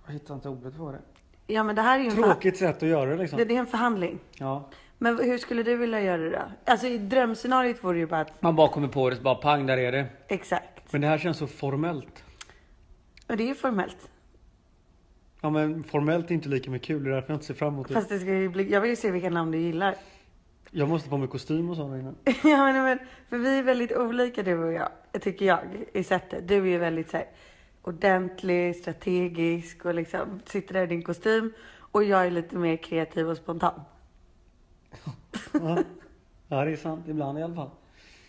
[SPEAKER 2] Jag hittar inte ordet på det.
[SPEAKER 1] Ja, men det här är ju en, förha-
[SPEAKER 2] Tråkigt sätt att göra det liksom.
[SPEAKER 1] det, det är en förhandling.
[SPEAKER 2] Ja.
[SPEAKER 1] Men hur skulle du vilja göra det då? Alltså i drömscenariot vore ju bara att,
[SPEAKER 2] Man bara kommer på det så bara pang, där är det.
[SPEAKER 1] exakt.
[SPEAKER 2] Men det här känns så formellt.
[SPEAKER 1] Och det är ju formellt.
[SPEAKER 2] Ja men formellt är inte lika med kul, det är därför jag inte ser fram emot det.
[SPEAKER 1] Fast det ska ju bli, jag vill ju se vilka namn du gillar.
[SPEAKER 2] Jag måste på mig kostym och sånt innan.
[SPEAKER 1] ja men, men, för vi är väldigt olika du och jag, tycker jag, i sättet. Du är ju väldigt så här, ordentlig, strategisk och liksom sitter där i din kostym. Och jag är lite mer kreativ och spontan.
[SPEAKER 2] Ja. ja det är sant, ibland i alla fall.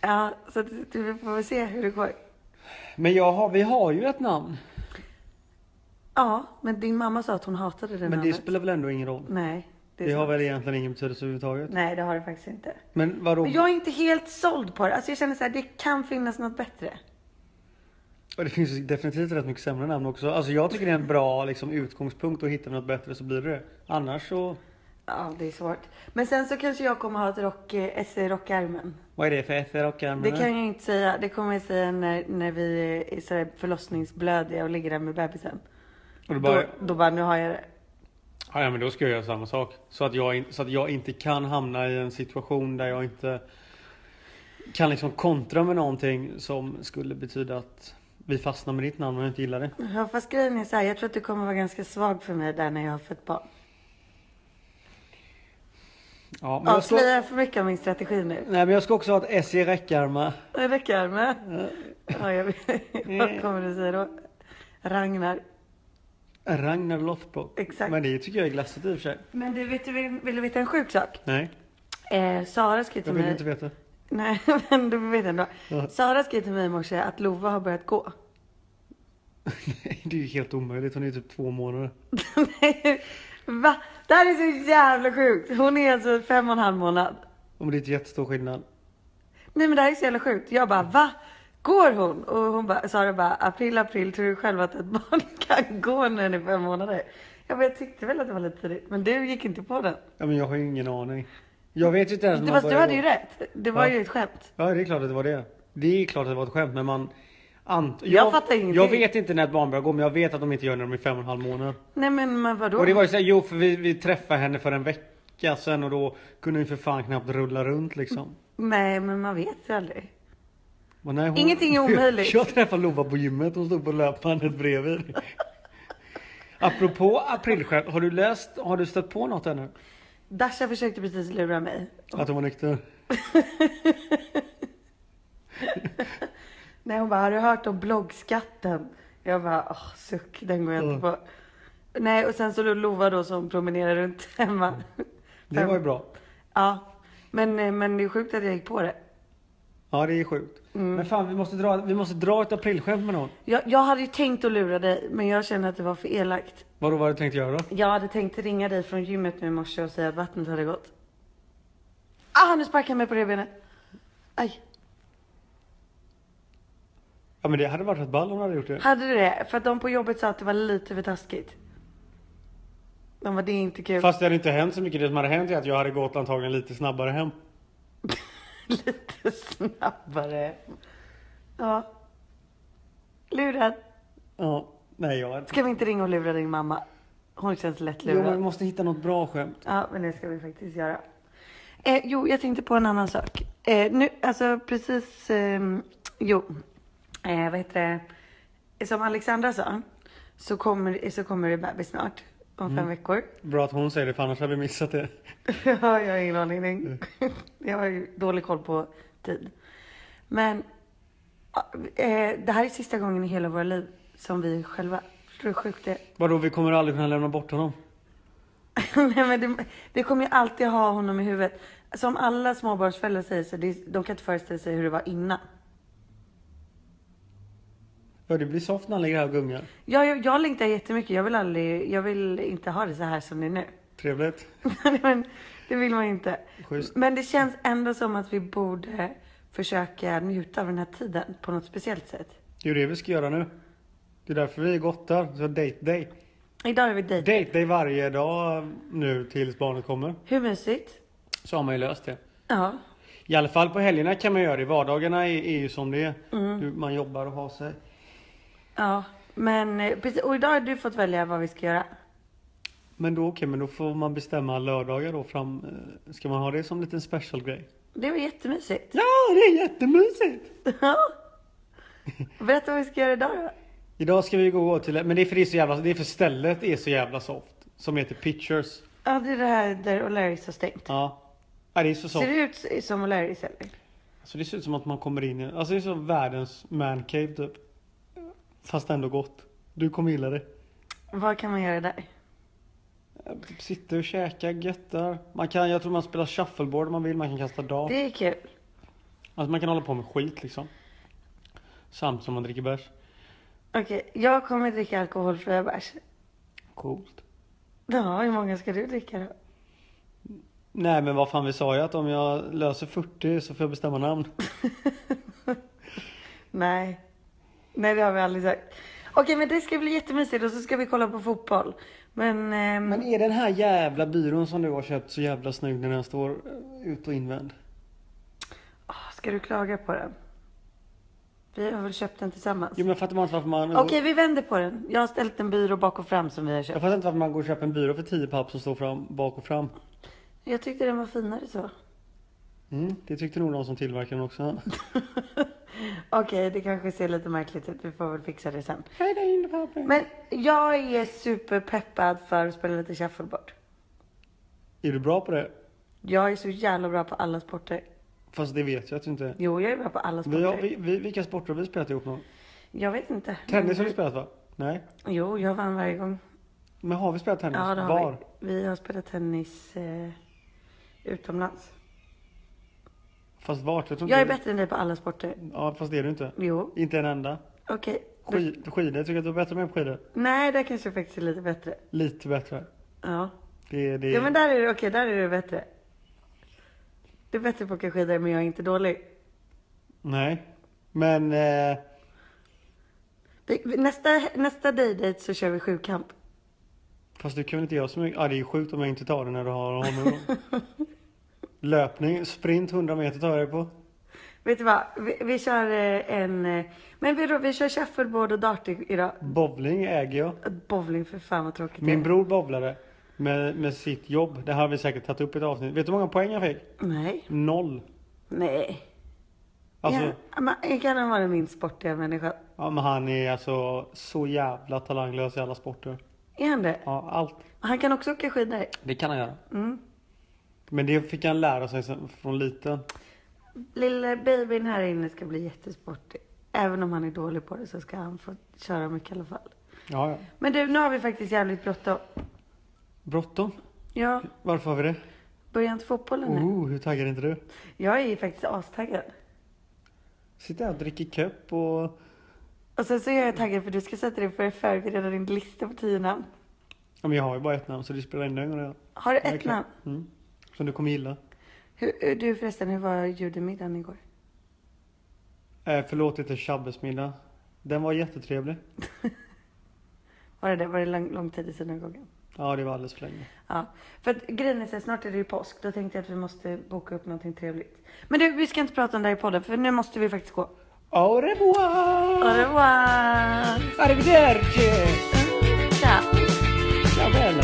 [SPEAKER 1] Ja, så att vi får väl se hur det går.
[SPEAKER 2] Men jag har, vi har ju ett namn.
[SPEAKER 1] Ja, men din mamma sa att hon hatade det
[SPEAKER 2] Men det
[SPEAKER 1] namnet.
[SPEAKER 2] spelar väl ändå ingen roll?
[SPEAKER 1] Nej, det, är
[SPEAKER 2] Det har
[SPEAKER 1] sant.
[SPEAKER 2] väl egentligen ingen betydelse överhuvudtaget?
[SPEAKER 1] Nej, det har det faktiskt inte.
[SPEAKER 2] Men vadå?
[SPEAKER 1] Men jag är inte helt såld på det. Alltså jag känner så här, det kan finnas något bättre.
[SPEAKER 2] Och Det finns ju definitivt rätt mycket sämre namn också. Alltså jag tycker det är en bra liksom, utgångspunkt och hittar vi något bättre så blir det det. Annars så,
[SPEAKER 1] Ja, det är svårt. Men sen så kanske jag kommer ha ett rock, eh, SE rockärmen.
[SPEAKER 2] vad är det för FR och
[SPEAKER 1] Det kan jag inte säga. Det kommer jag säga när, när vi är sådär förlossningsblödiga och ligger där med bebisen.
[SPEAKER 2] och då bara,
[SPEAKER 1] Då, då bara, nu har jag det.
[SPEAKER 2] ja, men då ska jag göra samma sak. Så att, jag, in- så att jag inte kan hamna i en situation där jag inte kan liksom kontra med någonting som skulle betyda att vi fastnar med ditt namn och jag inte gillar det.
[SPEAKER 1] Ja, fast grejen är så här, jag tror att du kommer vara ganska svag för mig där när jag har fött barn.
[SPEAKER 2] Ja, men jag ska,
[SPEAKER 1] Avslöjar jag för mycket av min strategi nu?
[SPEAKER 2] nej men jag ska också ha ett S i räckärma.
[SPEAKER 1] Det räcker med. Ja, jag vet.
[SPEAKER 2] Mm.
[SPEAKER 1] Vad kommer du säga då? Ragnar.
[SPEAKER 2] Ragnar Lothbrok.
[SPEAKER 1] Exakt.
[SPEAKER 2] Men det tycker jag är glassigt i och för sig.
[SPEAKER 1] Men du, vet, du, vill, vill du veta en sjuk sak?
[SPEAKER 2] Nej,
[SPEAKER 1] Eh, Sara skrev
[SPEAKER 2] jag
[SPEAKER 1] till
[SPEAKER 2] vill
[SPEAKER 1] mig.
[SPEAKER 2] inte veta.
[SPEAKER 1] Nej, men du vet ändå.
[SPEAKER 2] Ja.
[SPEAKER 1] Sara skrev till mig i morse att Lova har börjat gå.
[SPEAKER 2] Nej, det är ju helt omöjligt. Hon är ju typ två månader.
[SPEAKER 1] Nej, Va? Det här är så jävla sjukt. Hon är alltså fem och en halv månad.
[SPEAKER 2] Om det är inte jättestor skillnad.
[SPEAKER 1] Nej men det här är så jävla sjukt. Jag bara va? Går hon? Och hon bara, Sara bara april april tror du själv att ett barn kan gå när den är fem månader? Jag bara, jag tyckte väl att det var lite tidigt. Men du gick inte på den.
[SPEAKER 2] Ja, men jag har ju ingen aning. Jag vet ju inte ens när
[SPEAKER 1] Du,
[SPEAKER 2] man
[SPEAKER 1] fast du
[SPEAKER 2] börjar
[SPEAKER 1] hade
[SPEAKER 2] gå.
[SPEAKER 1] ju rätt. Det var
[SPEAKER 2] Ja.
[SPEAKER 1] ju ett skämt.
[SPEAKER 2] Ja, det är klart att det var det. Det är klart att det var ett skämt, men man... Ant... Jag,
[SPEAKER 1] fattar ingenting.
[SPEAKER 2] Jag vet inte när ett barn börjar gå, men jag vet att de inte gör när de är fem och en halv månad.
[SPEAKER 1] Nej men, men vadå?
[SPEAKER 2] Och det var ju såhär, jo för vi, vi träffade henne för en vecka sedan och då kunde hon ju för fan knappt rulla runt liksom.
[SPEAKER 1] Nej men man vet ju aldrig.
[SPEAKER 2] Men nej, hon...
[SPEAKER 1] Ingenting är omöjligt.
[SPEAKER 2] Jag träffade Lova på gymmet, hon stod på löpbandet bredvid. Apropå aprilskämt, har du läst, har du stött på något ännu?
[SPEAKER 1] Dasha försökte precis lura mig.
[SPEAKER 2] Att hon var nykter?
[SPEAKER 1] Nej hon bara, har du hört om bloggskatten? Jag bara, åh suck, den går jag inte på.
[SPEAKER 2] Mm.
[SPEAKER 1] Nej och sen så då Lova då som promenerar runt hemma.
[SPEAKER 2] Mm. Det var ju bra.
[SPEAKER 1] Ja. Men, eh, men det är sjukt att jag gick på det.
[SPEAKER 2] Ja det är sjukt.
[SPEAKER 1] Mm.
[SPEAKER 2] Men fan vi måste dra, vi måste dra ett aprilskämt med någon.
[SPEAKER 1] Jag, jag hade ju tänkt att lura dig men jag kände att det var för elakt.
[SPEAKER 2] Vadå vad har du tänkt göra då?
[SPEAKER 1] Jag hade tänkt ringa dig från gymmet nu i morse och säga att vattnet hade gått. Ah nu sparkade jag mig på revbenet. Aj.
[SPEAKER 2] Ja men det hade varit rätt ball om du hade gjort det.
[SPEAKER 1] Hade du det? För att de på jobbet sa att det var lite för taskigt. De var det är inte kul.
[SPEAKER 2] Fast det hade inte hänt så mycket. Det som hade hänt är att jag hade gått antagligen lite snabbare hem.
[SPEAKER 1] lite snabbare. Ja. Lurad.
[SPEAKER 2] Ja. Nej jag hade...
[SPEAKER 1] Ska vi inte ringa och lura din mamma? Hon känns lätt
[SPEAKER 2] Jo men vi
[SPEAKER 1] lurad.
[SPEAKER 2] måste hitta något bra skämt.
[SPEAKER 1] Ja, men det ska vi faktiskt göra. Eh, jo, jag tänkte på en annan sak. Eh, nu, alltså precis, ehm, jo, eh, vad heter det? Som Alexandra sa, så kommer, så kommer det bebis snart. Om
[SPEAKER 2] Mm.
[SPEAKER 1] fem veckor.
[SPEAKER 2] Bra att hon säger det för annars hade vi missat det.
[SPEAKER 1] Ja, jag har ingen aning. Jag har ju dålig koll på tid. Men eh, det här är sista gången i hela våra liv som vi själva. Förstår du hur sjukt det är?
[SPEAKER 2] Vadå vi kommer aldrig kunna lämna bort honom?
[SPEAKER 1] Nej, men det, det kommer ju alltid ha honom i huvudet. Som alla småbarnsföräldrar säger så, det, de kan inte föreställa sig hur det var innan.
[SPEAKER 2] Ja det blir soft när han ligger här och gungar.
[SPEAKER 1] Jag, jag, jag längtar jättemycket. Jag vill, aldrig, jag vill inte ha det så här som det är nu.
[SPEAKER 2] Trevligt.
[SPEAKER 1] Nej, men det vill man ju inte.
[SPEAKER 2] Schysst.
[SPEAKER 1] Men det känns ändå som att vi borde försöka njuta av den här tiden på något speciellt sätt.
[SPEAKER 2] Det är ju det vi ska göra nu. Det är därför vi är gottar. Så date day.
[SPEAKER 1] Idag är vi dejt.
[SPEAKER 2] Date day varje dag nu tills barnet kommer.
[SPEAKER 1] Hur mysigt?
[SPEAKER 2] Så har man ju löst det.
[SPEAKER 1] Ja.
[SPEAKER 2] I alla fall på helgerna kan man göra det. Vardagarna är, är ju som det är. Hur Man jobbar och har sig.
[SPEAKER 1] Ja. Men eh, precis, och idag har du fått välja vad vi ska göra.
[SPEAKER 2] Men då okej, men då får man bestämma lördagar då fram. eh, Ska man ha det som liten specialgrej?
[SPEAKER 1] Det var jättemysigt.
[SPEAKER 2] Ja, det är jättemysigt!
[SPEAKER 1] Ja. Berätta vad vi ska göra idag då.
[SPEAKER 2] Idag ska vi gå till, men det är för det är så jävla, det är för stället är så jävla soft. Som heter Pictures.
[SPEAKER 1] Ja, det är det här där O'Larrys har stängt.
[SPEAKER 2] Ja. Ja, det är så soft.
[SPEAKER 1] Ser det ut som O'Larrys eller?
[SPEAKER 2] Så det ser ut som att man kommer in i, alltså det är som världens mancave typ. Fast ändå gott. Du kommer gilla det.
[SPEAKER 1] Vad kan man göra där?
[SPEAKER 2] Ja, Typ sitter och käkar, göttar. Man kan, jag tror man spelar shuffleboard om man vill, man kan kasta dart.
[SPEAKER 1] Det är kul.
[SPEAKER 2] Alltså man kan hålla på med skit liksom. Samt som man dricker bärs.
[SPEAKER 1] Okej, jag kommer dricka alkoholfria bärs.
[SPEAKER 2] Coolt.
[SPEAKER 1] Ja, hur många ska du dricka då?
[SPEAKER 2] Nej men vad fan vi sa ju att om jag löser 40 så får jag bestämma namn.
[SPEAKER 1] Nej. Nej, det har vi aldrig sagt. Okej, men det ska bli jättemysigt och så ska vi kolla på fotboll. Men, ehm,
[SPEAKER 2] Men är den här jävla byrån som du har köpt så jävla snygg när den står eh, ut och invänd?
[SPEAKER 1] åh, ska du klaga på den? Vi har väl köpt den tillsammans?
[SPEAKER 2] Jo men jag fattar bara inte varför man...
[SPEAKER 1] Okej, vi vänder på den. Jag har ställt en byrå bak och fram som vi har
[SPEAKER 2] Jag
[SPEAKER 1] köpt.
[SPEAKER 2] fattar inte varför man går och köper en byrå för 10 papp som står fram, bak och fram.
[SPEAKER 1] Jag tyckte den var finare så.
[SPEAKER 2] Mm, det tyckte nog de som tillverkade den också.
[SPEAKER 1] Okej, det kanske ser lite märkligt ut. Vi får väl fixa det sen.
[SPEAKER 2] Hej där inne papper.
[SPEAKER 1] Men jag är superpeppad för att spela lite shuffleboard.
[SPEAKER 2] Är du bra på det?
[SPEAKER 1] Jag är så jävla bra på alla sporter.
[SPEAKER 2] Fast det vet jag att du inte är.
[SPEAKER 1] Jo, jag är bra på alla sporter.
[SPEAKER 2] Vi har, vi, vi, vilka sporter har vi spelat ihop någon?
[SPEAKER 1] Jag vet inte.
[SPEAKER 2] Tennis har vi spelat va? Nej.
[SPEAKER 1] Jo, jag vann varje gång.
[SPEAKER 2] Men har vi spelat tennis?
[SPEAKER 1] Ja, det har
[SPEAKER 2] Var?
[SPEAKER 1] vi. Vi har spelat tennis eh, utomlands.
[SPEAKER 2] Fast vart? Jag, tror inte
[SPEAKER 1] Jag är
[SPEAKER 2] du-
[SPEAKER 1] bättre än dig på alla sporter.
[SPEAKER 2] Ja, fast det är du inte.
[SPEAKER 1] Jo,
[SPEAKER 2] Inte en enda.
[SPEAKER 1] okej.
[SPEAKER 2] Skid, skidor, jag tycker att du är bättre med på skidor.
[SPEAKER 1] Nej, där kanske jag faktiskt är lite bättre.
[SPEAKER 2] Lite bättre.
[SPEAKER 1] Ja.
[SPEAKER 2] Det, det...
[SPEAKER 1] Ja men där är du, okej där är du bättre. Du är bättre på att åka skidor men jag är inte dålig.
[SPEAKER 2] Nej. Men... Eh,
[SPEAKER 1] Vi- vi- Nästa, nästa daydate så kör vi sjukamp.
[SPEAKER 2] fast du kan väl inte göra så mycket? Ja, det är ju sjukt om jag inte tar det när du har honom. Löpning, sprint 100 meter tar jag dig på.
[SPEAKER 1] Vet du vad? Vi, vi kör eh, en... eh, Men vi, vi kör shuffleboard och dart i- idag.
[SPEAKER 2] Bowling äger jag.
[SPEAKER 1] Bowling för fan vad tråkigt
[SPEAKER 2] Min
[SPEAKER 1] det är.
[SPEAKER 2] bror bowlade med, med sitt jobb. Det här har vi säkert tagit upp i ett avsnitt. Vet du hur många poäng jag fick?
[SPEAKER 1] Nej.
[SPEAKER 2] Noll.
[SPEAKER 1] Nej.
[SPEAKER 2] Alltså,
[SPEAKER 1] Ja, men kan han vara den minst sportiga människan?
[SPEAKER 2] ja, men han är alltså så jävla talanglös i alla sporter.
[SPEAKER 1] Är han det?
[SPEAKER 2] Ja, allt.
[SPEAKER 1] Han kan också åka skidor.
[SPEAKER 2] Det kan han göra.
[SPEAKER 1] Mm.
[SPEAKER 2] Men det fick han lära sig sen- från liten.
[SPEAKER 1] Lilla babyn här inne ska bli jättesportig. Även om han är dålig på det så ska han få köra mycket i alla fall.
[SPEAKER 2] Ja, ja.
[SPEAKER 1] Men du, nu har vi faktiskt jävligt bråttom.
[SPEAKER 2] Bråttom.
[SPEAKER 1] Ja,
[SPEAKER 2] Varför har vi det?
[SPEAKER 1] börjar inte fotbollen nu?
[SPEAKER 2] Oh, hur taggad är inte du?
[SPEAKER 1] Jag är faktiskt astaggad.
[SPEAKER 2] Sitter här och dricker köp och...
[SPEAKER 1] Och sen så är jag taggad för du ska sätta dig för att förbereda din lista på tio namn.
[SPEAKER 2] Ja, men jag har ju bara ett namn så det spelar ingen roll. redan.
[SPEAKER 1] Har du
[SPEAKER 2] Jag är
[SPEAKER 1] ett
[SPEAKER 2] klar.
[SPEAKER 1] namn?
[SPEAKER 2] Mm. Som du kommer gilla.
[SPEAKER 1] Hur, hur- du förresten, hur var judemiddagen igår?
[SPEAKER 2] Eh, förlåt, det heter Shabbesmiddag. Den var jättetrevlig.
[SPEAKER 1] Var det det? Var det lång, lång tid i synagogan?
[SPEAKER 2] Ja, det var alldeles för länge.
[SPEAKER 1] Ja, för att grejen är så här, snart är det ju påsk. Då tänkte jag att vi måste boka upp någonting trevligt. Men du, vi ska inte prata om det här i podden för nu måste vi faktiskt gå.
[SPEAKER 2] Au revoir!
[SPEAKER 1] Au revoir!
[SPEAKER 2] Arrivederci!
[SPEAKER 1] Ciao!
[SPEAKER 2] Ciao bella!